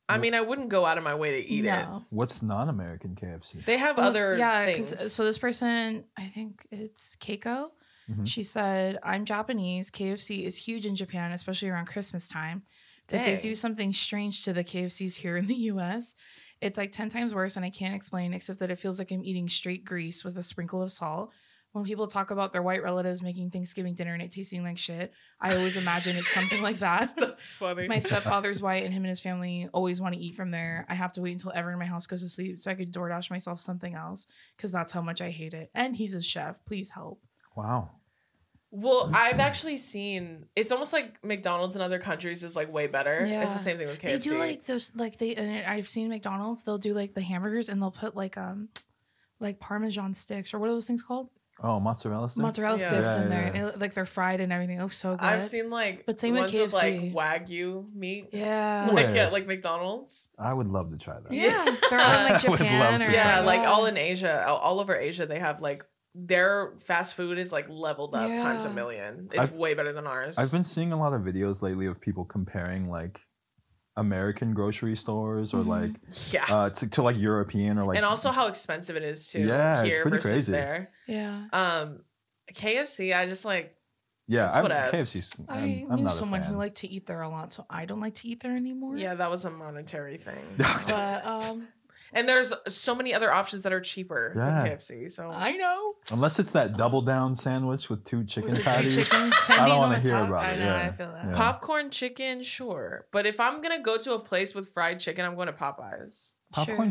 C: I mean, I wouldn't go out of my way to eat it.
A: no.
B: What's non-American KFC?
C: They have
A: Well,
C: other
A: yeah, 'cause- uh,
C: things.
A: so this person, I think it's Keiko.
B: Mhm.
A: She said, "I'm Japanese. KFC is huge in Japan, especially around Christmas time. That they
C: Dang.
A: do something strange to the KFCs here in the U.S. It's like ten times worse, and I can't explain except that it feels like I'm eating straight grease with a sprinkle of salt." When people talk about their white relatives making Thanksgiving dinner and it tasting like shit, I always imagine it's something like that.
C: That's funny.
A: My stepfather's white, and him and his family always want to eat from there. I have to wait until everyone in my house goes to sleep so I could DoorDash myself something else because that's how much I hate it. And he's a chef. Please help.
B: Wow.
C: well, I've actually seen it's almost like McDonald's in other countries is like way better. It's
A: Yeah.
C: the same thing with KFC.
A: They do like those, like they. And I've seen McDonald's. They'll do like the hamburgers, and they'll put like um, like Parmesan sticks or what are those things called?
B: Oh, mozzarella sticks.
A: Mozzarella
C: Yeah.
A: sticks
B: Yeah,
A: in there,
B: yeah,
A: and it, like they're fried and everything. It looks so good.
C: I've seen like
A: But same with
C: ones with like
A: KFC.
C: wagyu meat.
A: Yeah.
C: Like
B: Where?
C: at like McDonald's.
B: I would love to try that.
A: Yeah, they're all in like
B: I would love
A: Japan.
B: to
A: Or
B: try
C: Yeah,
B: that.
C: like all in Asia, all- all over Asia, they have like their fast food is like leveled up times a
A: Yeah.
C: million. It's
B: I've-
C: way better than ours.
B: I've been seeing a lot of videos lately of people comparing like American grocery stores or
A: Mhm.
B: like
C: yeah.
B: uh, to, to like European or like
C: and also how expensive it is too
B: Yeah, it's
C: here
B: pretty
C: versus
B: crazy.
C: there.
A: yeah.
C: Um, KFC, I just like
B: Yeah,
C: It's
B: I'm,
C: whatevs.
B: KFC's. I'm,
A: I
B: I'm
A: knew
B: not a
A: someone
B: fan.
A: who liked to eat there a lot, so I don't like to eat there anymore.
C: Yeah, that was a monetary thing.
A: But um,
C: and there's so many other options that are cheaper
B: Yeah.
C: than KFC. So
A: Oh. I know.
B: Unless it's that double down sandwich with two chicken
A: With the two
B: patties.
A: chicken
B: I
A: tendies
B: don't
A: on
B: want
A: the
B: to hear
A: top.
B: about
A: I
B: it.
A: know,
B: yeah.
A: I feel that.
B: Yeah.
C: popcorn chicken, sure. But if I'm gonna go to a place with fried chicken, I'm going to Popeyes.
B: Popcorn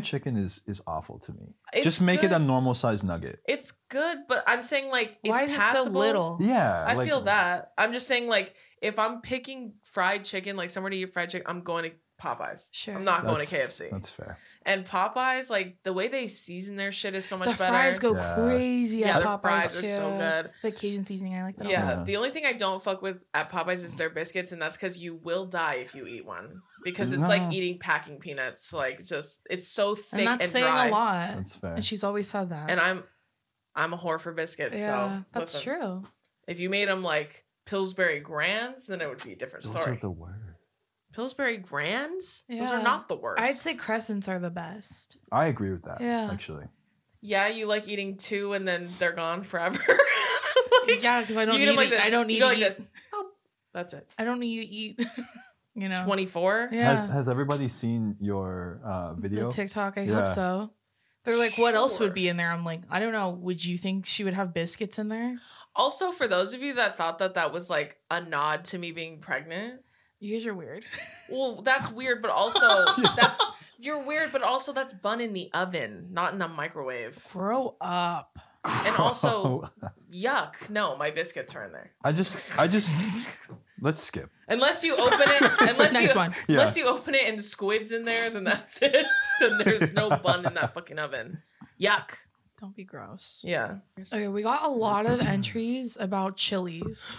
A: Sure.
B: chicken is is awful to me.
C: It's
B: Just make it
C: good.
B: a normal sized nugget.
C: It's good, but I'm saying like it's
A: Why is
C: passable.
A: it so little?
B: Yeah,
C: I
B: like-
C: feel that. I'm just saying like if I'm picking fried chicken, like somewhere to eat fried chicken, I'm going to Popeyes.
A: Sure.
C: I'm not going to
B: that's-
C: KFC.
B: That's fair.
C: And Popeyes, like the way they season their shit is so much
A: The
C: better.
A: fries go
B: Yeah.
A: crazy
C: yeah,
A: at
C: their
A: Popeyes
C: fries are
A: too.
C: so good.
A: The Cajun seasoning, I like that. a lot.
C: Yeah,
B: Yeah.
C: the only thing I don't fuck with at Popeyes is their biscuits, and that's because you will die if you eat one because it's
B: No.
C: like eating packing peanuts. Like just it's so thick
A: and
C: and,
A: that's saying
C: dry.
A: a lot.
B: That's fair.
A: Uh, And she's always said that.
C: And I'm, I'm a whore for biscuits.
A: yeah,
C: so
A: that's
C: listen,
A: true.
C: If you made them like Pillsbury Grands, then it would be a different
B: Those
C: story.
B: are the worst.
C: Pillsbury Grands, those are
A: Yeah.
C: not the worst.
A: I'd say crescents are the best.
B: I agree with that.
A: Yeah.
B: actually.
C: yeah, you like eating two and then they're gone forever. Like,
A: Yeah, because I don't
C: you eat
A: need.
C: them like
A: to-
C: this.
A: I don't need
C: you
A: to
C: go like
A: eat.
C: this. Oh, that's it.
A: I don't need to eat. you know,
C: Twenty four.
A: yeah.
B: Has Has everybody seen your uh, video?
A: the TikTok. I
B: Yeah.
A: hope so. They're like, what else
C: Sure.
A: would be in there? I'm like, I don't know. Would you think she would have biscuits in there?
C: Also, for those of you that thought that that was like a nod to me being pregnant,
A: You guys are weird.
C: well, that's weird, but also that's you're weird, but also that's bun in the oven, not in the microwave.
A: Grow up.
C: And also- Yuck! No, my biscuits are in there.
B: I just I just let's skip.
C: Unless you open it, unless
A: Next
C: you
A: one.
B: Yeah.
C: unless you open it and squids in there, then that's it. then there's no bun in that fucking oven. Yuck!
A: Don't be gross.
C: Yeah.
A: Okay, we got a lot of entries about chilies,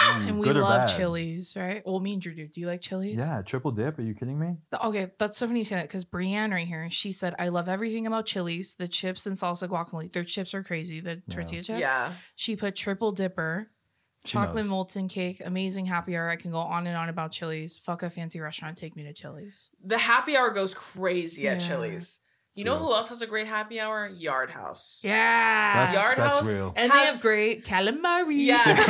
B: Mm,
A: and we
B: good or
A: love
B: bad?
A: chilies, right? Well, me and Drew do. Do you like chilies?
B: Yeah, triple dip. Are you kidding me?
A: The- Okay, that's so funny you say that because Brienne right here, she said, I love everything about chilies, the chips and salsa guacamole. Their chips are crazy, the tortilla chips.
C: Yeah.
A: She put triple dipper,
B: She
A: chocolate
B: knows.
A: molten cake, amazing happy hour. I can go on and on about chilies. Fuck a fancy restaurant, take me to chilies.
C: The happy hour goes crazy at
A: Yeah.
C: Chili's. You know
B: True.
C: who else has a great happy hour? Yard House.
A: Yeah.
B: That's,
C: Yard
B: that's
C: House
B: real.
A: and they
C: has-
A: have great calamari.
C: Yeah.
B: Great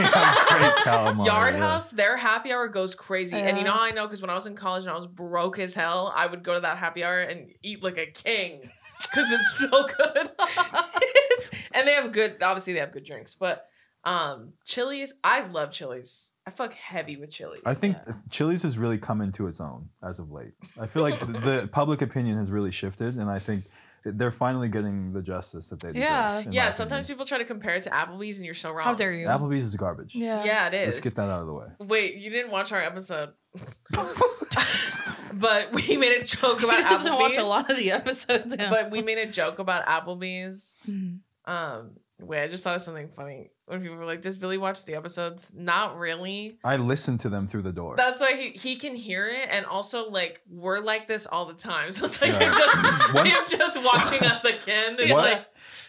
B: calamari,
C: Yard
B: yeah.
C: House, their happy hour goes crazy. And you
A: Yeah.
C: know how I know? Because when I was in college and I was broke as hell, I would go to that happy hour and eat like a king because it's so good. It's- and they have good, obviously, they have good drinks. But um Chili's, I love Chili's. I fuck heavy with Chili's.
B: I think
A: Yeah.
B: Chili's has really come into its own as of late. I feel like the, the public opinion has really shifted, and I think they're finally getting the justice that they deserve.
A: Yeah.
B: in my
C: yeah, sometimes
B: opinion.
C: people try to compare it to Applebee's and you're so wrong.
A: How dare you?
B: Applebee's is garbage.
A: Yeah.
C: Yeah, it
B: Let's
C: is.
B: get that out of the way.
C: Wait, you didn't watch our episode. but we made a joke about
A: He doesn't
C: Applebee's.
A: watch a lot of the episodes. yeah.
C: But we made a joke about Applebee's.
A: Mhm.
C: Um, wait, I just thought of something funny when people were like, "Does Billy watch the episodes?" Not really.
B: I listen to them through the door.
C: That's why he, he can hear it, and also like we're like this all the time, so it's like
B: Yeah.
C: him just
B: One-
C: him just watching us again. It's
B: What-
C: like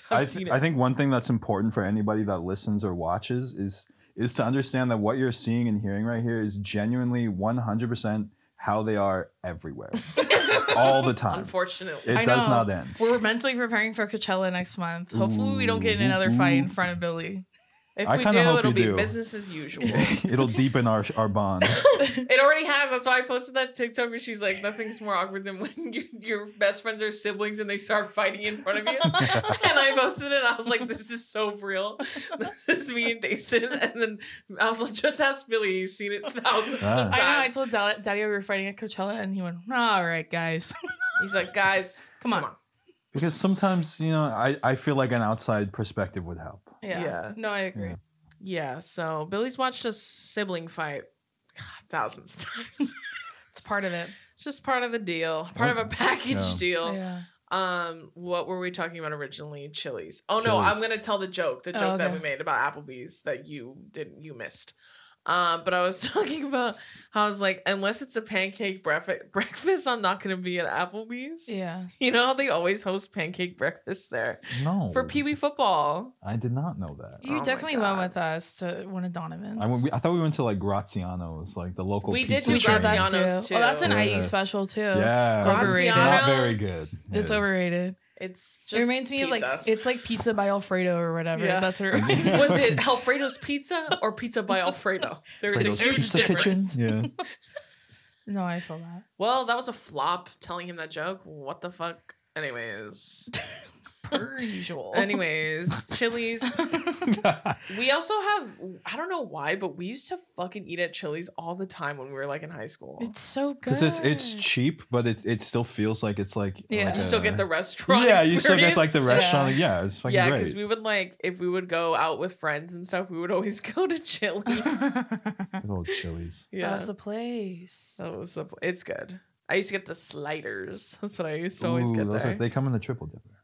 C: I've
B: I, th-
C: seen it.
B: I think one thing that's important for anybody that listens or watches is is to understand that what you're seeing and hearing right here is genuinely 100% how they are everywhere, all the time.
C: unfortunately,
B: It
A: I
B: does
A: know.
B: not end.
A: We're mentally preparing for Coachella next month. Hopefully, we don't get in
B: Ooh.
A: another fight in front of Billy.
C: if
B: I
C: we
B: kinda hope
C: do, it'll
B: you
C: be
B: do.
C: business as usual.
B: It'll deepen our our bond.
C: It already has. That's why I posted that TikTok where she's like, nothing's more awkward than when you, your best friends are siblings and they start fighting in front of you. and I posted it. And I was like, this is so real. This is me and Jason. And then I was like, just ask Billy. He's seen it thousands
B: Ah.
C: of
A: I know.
B: I
A: I
C: times.
A: told Da- Daddy we were fighting at Coachella, and he went, "All right, guys,
C: He's like, guys,
A: come on."
B: Because sometimes, you know, I, I feel like an outside perspective would help.
A: Yeah.
C: Yeah.
A: No, I agree.
B: Yeah.
C: Yeah. So Billy's watched a sibling fight God, thousands of times.
A: It's part of it.
C: it's just part of the deal, part of a package
B: Yeah.
C: deal.
A: Oh. Yeah.
C: Um, what were we talking about originally? Chili's. Oh no, I'm
B: Chili's.
C: gonna tell the joke, the
A: Oh,
C: joke that we
A: okay.
C: made about Applebee's that you didn't you missed. Um, but I was talking about how I was like, unless it's a pancake breakfast breakfast, I'm not gonna be at Applebee's.
A: Yeah.
C: You know how they always host pancake breakfast there
B: No.
C: for Pee Wee football.
B: I did not know that.
A: You
C: my
A: definitely went
C: God.
A: with us to one of Donovan's.
B: I, went, we, I thought we went to like Graziano's, like the local
C: We did
B: pizza
C: do
A: Got
B: chain.
A: that
C: Graziano's
A: too.
C: too.
A: Oh, that's an
B: Yeah.
A: IE special too.
B: Yeah.
A: Overrated.
B: It's not very good.
A: It's
B: Yeah.
A: overrated.
C: It's just
A: it reminds me of like
C: pizza.
A: it's like pizza by Alfredo or whatever.
C: Yeah.
A: That's what it reminds me.
C: was it Alfredo's pizza or pizza by Alfredo? There is a
B: Alfredo's
C: huge difference.
B: Yeah.
A: No, I feel that.
C: Well, that was a flop telling him that joke. What the fuck? Anyways.
A: Per usual.
C: Anyways, Chili's. we also have I don't know why, but we used to fucking eat at Chili's all the time when we were like in high school.
A: it's so good.
B: Because it's it's cheap, but it it still feels like it's like
A: Yeah.
B: like
C: you
A: You
C: still
B: a-
C: get the restaurant.
B: yeah you still get like the
C: experience.
B: restaurant yeah, it's fucking
C: Yeah, because
B: great
C: we would like if we would go out with friends and stuff, we would always go to Chili's.
B: Good old chilies
C: yeah,
A: That's the place.
C: that was the. It's good. I used to get the sliders. That's what I used to always
B: Ooh,
C: get
B: those are-
C: there.
B: they come in the triple dipper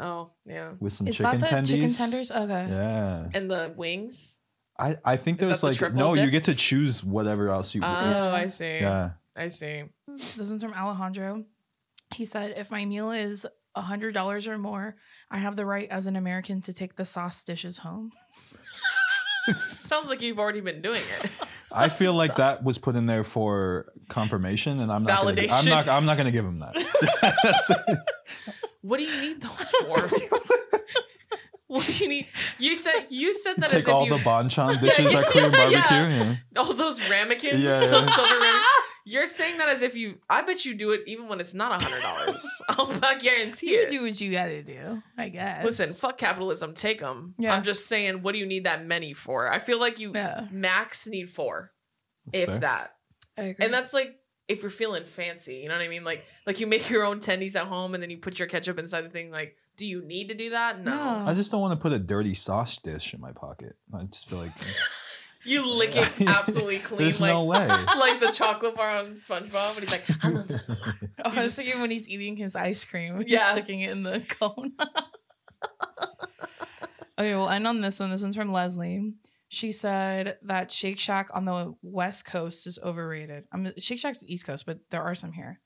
C: oh yeah,
B: with some
A: Is
B: chicken
A: that the
B: tendies
A: chicken tenders? Okay.
B: yeah
C: and the wings.
B: I I think
C: Is
B: there's
C: that the
B: like
C: triple
B: no you
C: dip?
B: get to choose whatever else you
C: Oh,
B: want.
A: Yeah.
C: I see.
B: yeah
C: I see.
A: This one's from Alejandro. He said, if my meal is $100 or more, I have the right as an American to take the sauce dishes home.
C: Sounds like you've already been doing it.
B: I feel like that was put in there for confirmation and I'm not gonna gi- I'm
C: Validation.
B: not I'm not gonna give him that
C: What do you need those for? what do you need? You said you said that as
B: take
C: if
B: all
C: you
B: the banchan dishes at Korean barbecue yeah.
C: all those ramekins,
B: Yeah, yeah.
C: those silver ramekins. You're saying that as if you. I bet you do it even when it's not a hundred dollars. I'll I guarantee it.
A: do what you gotta do, I guess.
C: Listen, fuck capitalism. Take them.
A: Yeah.
C: I'm just saying. What do you need that many for? I feel like you
A: Yeah.
C: max need four,
B: That's
C: if
B: fair.
C: that.
A: I agree.
C: And that's like if you're feeling fancy, you know what I mean? Like like you make your own tendies at home and then you put your ketchup inside the thing. Like, do you need to do that? No.
A: No.
B: I just don't want to put a dirty sauce dish in my pocket I just feel like
C: You lick it absolutely clean.
B: there's
C: like,
B: no way
C: like the chocolate bar on SpongeBob, and he's like, "I love that."
A: I was thinking when he's eating his ice cream, he's
C: Yeah.
A: sticking it in the cone. okay, we'll end on this one. This one's from Leslie. She said that Shake Shack on the West Coast is overrated. I'm Shake Shack's the East Coast, but there are some here.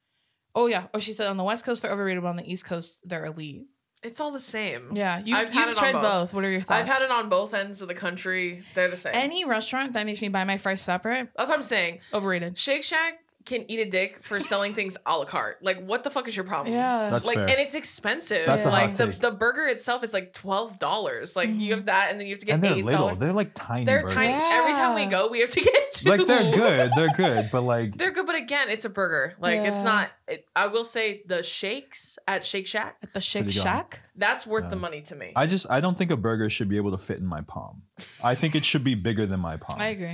A: Oh yeah. Oh, she said on the West Coast they're overrated, but on the East Coast they're elite.
C: it's all the same.
A: Yeah, you,
C: I've
A: have
C: had
A: you've
C: it on
A: tried
C: both.
A: both. What are your thoughts?
C: I've had it on both ends of the country. They're the same.
A: any restaurant that makes me buy my fries separate.
C: That's what I'm saying.
A: Overrated.
C: Shake Shack can eat a dick for selling things a la carte. Like, what the fuck is your problem?
A: Yeah.
B: That's
C: like,
B: fair.
C: and it's expensive.
B: That's
A: a hot
C: like the,
B: take. Mm-hmm.
C: the burger itself is like twelve dollars. Like you have that, and then you have to get
B: and they're
C: eight
B: little
C: dollars.
B: they're like tiny
C: They're
B: burgers.
C: tiny.
A: Yeah.
C: Every time we go, we have to get two.
B: like they're good they're good but like
C: They're good, but again, it's a burger. Like it's
A: Yeah.
C: not. It, I will say the shakes at Shake Shack.
A: the Shake
B: Pretty good.
A: Shack.
C: That's worth
B: Yeah.
C: the money to me.
B: I just I don't think a burger should be able to fit in my palm. I think it should be bigger than my palm.
A: I agree.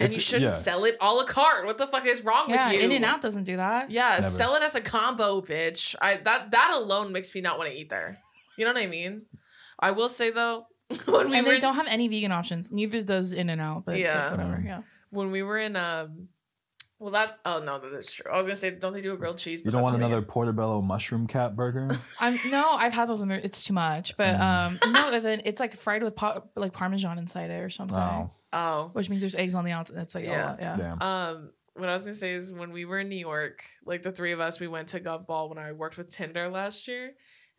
C: and
B: If-
C: you shouldn't
B: yeah.
C: sell it a la carte. What the fuck is wrong
A: Yeah,
C: with you?
A: In and Out doesn't do that.
C: Yeah,
B: Never.
C: sell it as a combo, bitch. I that that alone makes me not want to eat there. You know what I mean? I will say though, when we
A: and
C: were
A: they don't have any vegan options. Neither does In and Out, but it's
C: Yeah.
A: like whatever.
B: Mm.
A: Yeah.
C: when we were in um, well that oh no that's true. I was gonna say don't they do a grilled cheese?
B: You don't
C: that's
B: want
C: what I
B: another portobello mushroom cap burger?
A: I'm no, I've had those in there. It's too much.
B: Mm.
A: But um no, and then it's like fried with po- like parmesan inside it or something.
B: Oh,
C: get. Oh,
A: Which means there's eggs on the outside. It's like
C: Yeah.
A: yeah. yeah.
B: damn.
C: Um, what I was gonna say is when we were in New York, like the three of us, we went to Gov Ball when I worked with Tinder last year,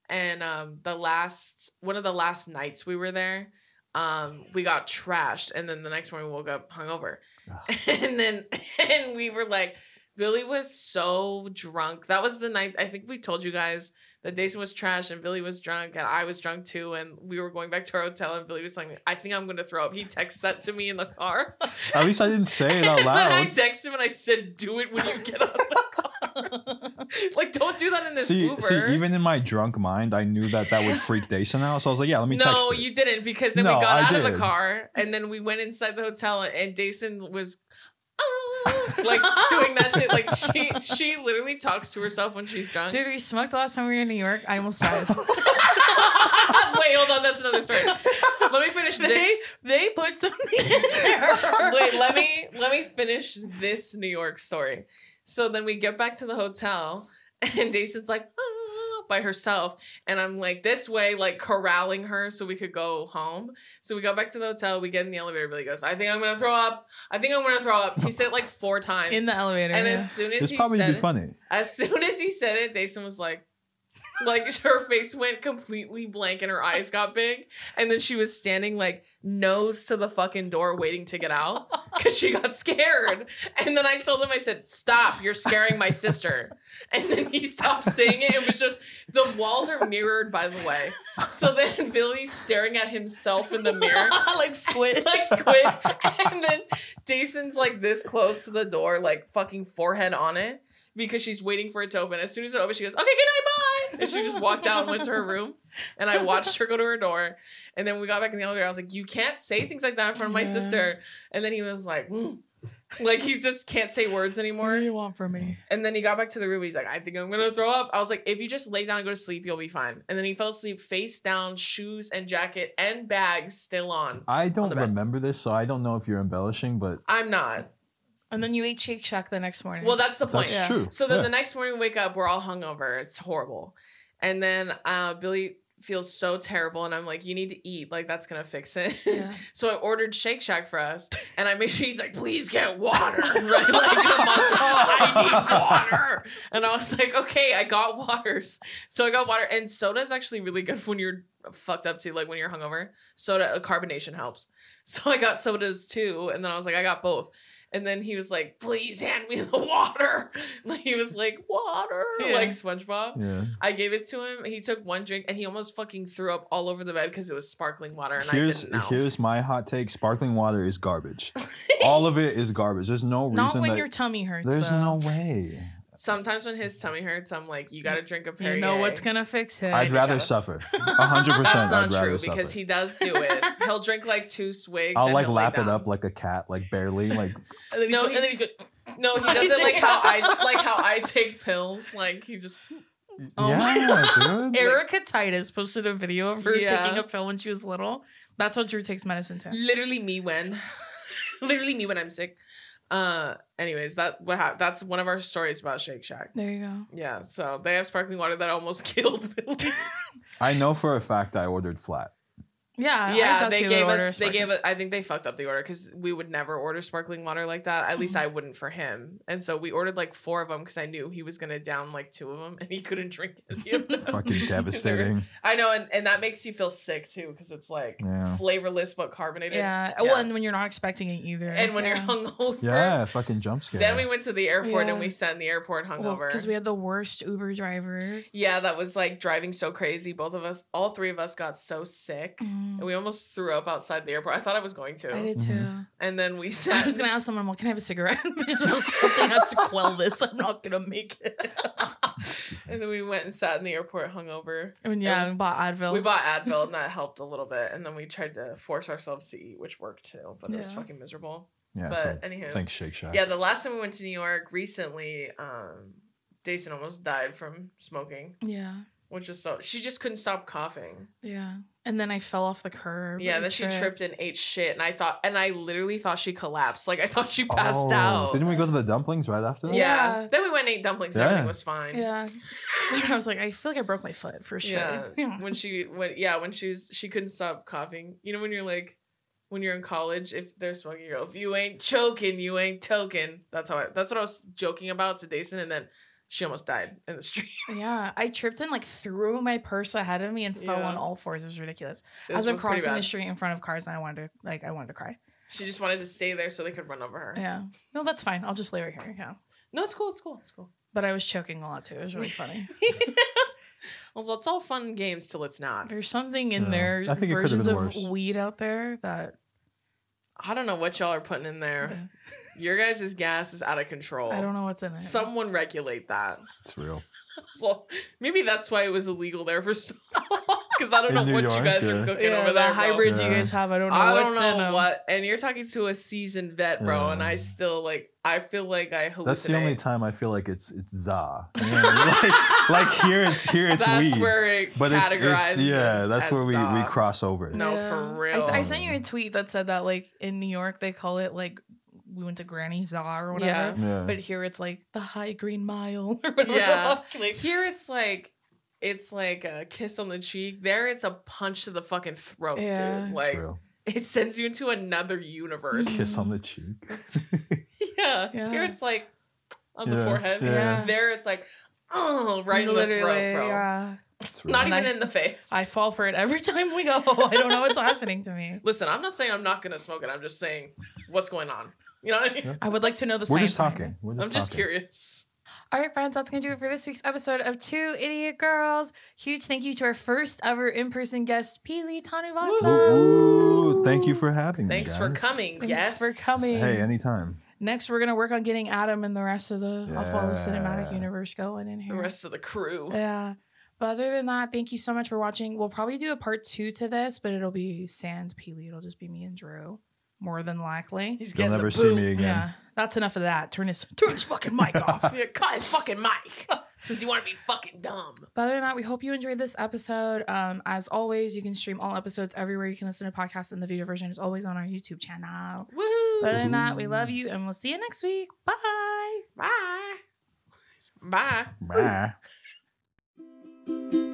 C: and um, the last one of the last nights we were there, um, we got trashed, and then the next morning we woke up hungover, and then and we were like. Billy was so drunk. That was the night I think we told you guys that Dason was trash and Billy was drunk and I was drunk too. And we were going back to our hotel and Billy was telling me, I think I'm going to throw up. He texted that to me in the car.
B: At least I didn't say it out
C: And then I
B: loud.
C: texted him and I said, "Do it when you get out of the car. like, don't do that in this
B: See,
C: Uber."
B: see, even in my drunk mind, I knew that that would freak Dason out. So I was like, yeah, let me text.
C: no,
B: it.
C: you didn't because then
B: No,
C: we got
B: I
C: out of the
B: did.
C: car and then we went inside the hotel and Dason was "Ah," like doing that shit. Like she she literally talks to herself when she's drunk.
A: Dude, we smoked the last time we were in New York. I almost died.
C: Ah, Wait, hold on, that's another story. Let me finish this.
A: they put something in there.
C: Wait, let me let me finish this New York story. So then we get back to the hotel, and Dayson's like "Ah," by herself, and I'm like this way, like corralling her so we could go home. So we go back to the hotel. We get in the elevator. Billy goes, "I think I'm gonna throw up. I think I'm gonna throw up." He said it like four times,
A: in the elevator.
C: and
A: yeah.
C: as soon as
B: This
C: he
B: probably
C: said
B: be
C: it,
B: funny.
C: as soon as he said it, Dayson was like, like her face went completely blank and her eyes got big. And then she was standing like nose to the fucking door waiting to get out because she got scared. And then I told him, I said, Stop, you're scaring my sister. And then he stopped saying it. It was just the walls are mirrored, by the way. So then Billy's staring at himself in the mirror
E: like squid.
C: like squid. And then Jason's like this close to the door, like fucking forehead on it, because she's waiting for it to open. As soon as it opens, she goes, "Okay, good night, bye," and she just walked out and went to her room. And I watched her go to her door. And then we got back in the elevator. I was like, "You can't say things like that in front of my
A: Yeah.
C: sister." And then he was like. "Mm." Like he just can't say words
A: What do
C: anymore.
A: you want from me?
C: And then he got back to the room. He's like, I think I'm gonna throw up. I was like, if you just lay down and go to sleep, you'll be fine. And then he fell asleep face down, shoes and jacket and bags still on.
B: I
C: On the
B: don't
C: bed.
B: remember this, so I don't know if you're embellishing, but
C: I'm not.
A: And then you ate Shake Shack the next morning.
C: Well, that's the point.
B: that's
A: Yeah.
B: true.
C: So then
B: Yeah.
C: the next morning we wake up, we're all hungover. It's horrible. And then uh, Billy feels so terrible, and I'm like, "You need to eat. Like that's gonna fix it."
A: Yeah.
C: so I ordered Shake Shack for us, and I made sure he's like, "Please get water." Right? Like a monster. I need water. And I was like, "Okay, I got waters." So I got water, and soda is actually really good when you're fucked up too, like when you're hungover. Soda uh, carbonation helps. So I got sodas too, and then I was like, "I got both." And then he was like, "Please hand me the water." Like he was like, "Water,"
A: Yeah.
C: like SpongeBob.
B: yeah.
C: I gave it to him. He took one drink and he almost fucking threw up all over the bed because it was sparkling water. And
B: here's
C: I didn't know.
B: here's my hot take: sparkling water is garbage. All of it is garbage. There's no reason.
A: not when
B: that,
A: your tummy hurts.
B: There's
A: though.
B: no way.
C: Sometimes when his tummy hurts, I'm like, "You got to drink a Perrier."
A: You know what's gonna fix it.
B: I'd rather
C: gotta-
B: suffer. A hundred
C: That's
B: percent.
C: not
B: I'd rather
C: true
B: suffer.
C: because he does do it. He'll drink like two swigs.
B: I'll
C: and
B: like
C: he'll lay
B: lap it
C: down.
B: up like a cat, like barely. Like
A: and then he's
C: No,
A: go-
C: he-
A: and then he's good.
C: No, he doesn't like how I like how I take pills. Like he just
A: Oh
B: yeah, dude.
A: Erica Titus posted a video of her
C: Yeah.
A: taking a pill when she was little. That's what Drew takes medicine to.
C: literally me when literally me when I'm sick. Uh, anyways, that what hap- that's one of our stories about Shake Shack.
A: There you go.
C: Yeah, so they have sparkling water that almost killed Billy.
B: I know for a fact I ordered flat.
A: Yeah, I
C: yeah,
A: thought
C: they
A: she would
C: gave
A: order
C: us. They
A: sparkling.
C: gave us. I think they fucked up the order because we would never order sparkling water like that. At
A: Mm-hmm.
C: least I wouldn't for him. And so we ordered like four of them because I knew he was gonna down like two of them and he couldn't drink any of them.
B: Fucking devastating.
C: I know, and, and that makes you feel sick too because it's like
B: Yeah.
C: flavorless but carbonated.
A: Yeah. Well, and when you're not expecting it either.
C: and when
A: Yeah.
C: you're hungover,
B: Yeah, fucking jump scare.
C: Then we went to the airport and
A: Yeah.
C: we sat in the airport
A: Well,
C: hungover.
A: because we had the worst Uber driver.
C: yeah, that was like driving so crazy. Both of us, all three of us got so sick. And we almost threw up outside the airport. I thought I was going to.
A: Mm-hmm. I did too.
C: And then we sat.
A: I was gonna ask someone, well, can I have a cigarette? Something has to quell this. I'm not gonna make it.
C: and then we went and sat in the airport hungover.
A: And yeah, we bought Advil.
C: We bought Advil and that helped a little bit. And then we tried to force ourselves to eat, which worked too, but it was
A: Yeah.
C: fucking miserable.
B: yeah,
C: but
B: so
C: anywho.
B: thanks Shake Shack.
C: Yeah, the last time we went to New York recently, um, Dayson almost died from smoking,
A: yeah,
C: which is so. She just couldn't stop coughing.
A: yeah. And then I fell off the curb.
C: Yeah,
A: I
C: then she tripped and ate shit, and I thought, and I literally thought she collapsed. Like I thought she passed
B: Oh,
C: out.
B: Didn't we go to the dumplings right after that?
C: yeah.
A: Yeah.
C: Then we went and ate dumplings.
B: Yeah.
C: And everything was fine.
A: Yeah. I was like, I feel like I broke my foot for sure.
C: Yeah.
A: Yeah.
C: When she went, yeah, when she was, she couldn't stop coughing. You know, when you're like, when you're in college, if they're smoking, you go, if you ain't choking, you ain't token. That's how I. That's what I was joking about to Dayson, and then she almost died in the street.
A: Yeah, I tripped and like threw my purse ahead of me and fell
C: Yeah.
A: on all fours. It was ridiculous.
C: It was
A: As I'm
C: pretty
A: crossing the
C: bad.
A: street in front of cars, and I wanted to like I wanted to cry.
C: She just wanted to stay there so they could run over her.
A: Yeah, no, that's fine. I'll just lay right here. Yeah,
C: No, it's cool. It's cool. It's cool.
A: but I was choking a lot too. It was really funny.
C: Also, it's all fun and games till it's not.
A: There's something in
B: Yeah.
A: their
B: I think it could've
A: versions
B: been
A: of
B: worse.
A: weed out there that
C: I don't know what y'all are putting in there. Your guys' gas is out of control.
A: I don't know what's in it.
C: Someone regulate that.
B: It's real.
C: So maybe that's why it was illegal there for so Because I don't
B: In
C: know
B: New
C: what you
B: York,
C: guys are
B: yeah.
C: cooking
A: yeah,
C: over
A: the
C: there. bro.
A: hybrid you
B: Yeah.
A: guys have, I don't know
C: I
A: what's
C: don't
A: in
C: know
A: them.
C: what. And you're talking to a seasoned vet, bro, and I
B: Yeah.
C: still like. I feel like I hallucinate.
B: That's the only time I feel like it's it's za. You know, like, like here it's here it's
C: That's
B: weed.
C: where it
B: but it's, it's
C: categorizes.
B: yeah,
C: as-
B: that's
C: as
B: where we, we
C: soft.
B: cross over.
C: No, for real.
A: I, I sent you a tweet that said that like in New York they call it like we went to Granny Zah or whatever.
C: Yeah.
B: Yeah.
A: But here it's like the high green mile or whatever.
C: Yeah.
A: The fuck. Like,
C: Here it's like it's like a kiss on the cheek. There it's a punch to the fucking throat,
A: Yeah.
C: dude.
A: It's
B: it's
C: Like
B: real.
C: it sends you into another universe.
B: Kiss on the cheek.
C: yeah.
A: Yeah.
C: Here it's like on the
B: Yeah,
C: forehead.
B: Yeah.
A: Yeah.
C: There it's like oh right in the
A: literally,
C: throat, bro.
A: Yeah.
B: It's
C: Not
B: really-
A: And
C: even
A: I-
C: in the face.
A: I fall for it every time we go. I don't know what's happening to me.
C: Listen, I'm not saying I'm not gonna smoke it. I'm just saying what's going on. You know what I mean?
A: I would like to know the
B: We're
A: science
B: just
A: behind it.
B: talking. We're
C: I'm just
B: talking.
C: curious.
A: All right, friends, that's going to do it for this week's episode of Two Idiot Girls. Huge thank you to our first ever in person guest, Pili Tanuvasa.
B: Ooh, thank you for having me.
C: Thanks for
B: guys.
C: coming.
A: Thanks
C: yes,
A: for coming.
B: Hey, anytime.
A: Next, we're going to work on getting Adam and the rest of the I'll Follow Cinematic
B: Yeah.
A: Universe going in here.
C: The rest of the crew.
A: Yeah. But other than that, thank you so much for watching. We'll probably do a part two to this, but it'll be Sans Peely. It'll just be me and Drew, more than likely.
C: He's
B: You'll
C: getting
B: never
C: the
B: see
C: boot.
B: me again.
A: Yeah. That's enough of that. Turn his turn his fucking mic off.
C: Yeah, cut his fucking mic since you want to be fucking dumb.
A: But other than that, we hope you enjoyed this episode. Um, as always, you can stream all episodes everywhere. You can listen to podcasts, and the video version is always on our YouTube channel.
C: Woo!
A: But other than that, we love you, and we'll see you next week. Bye.
C: Bye. Bye.
B: Bye.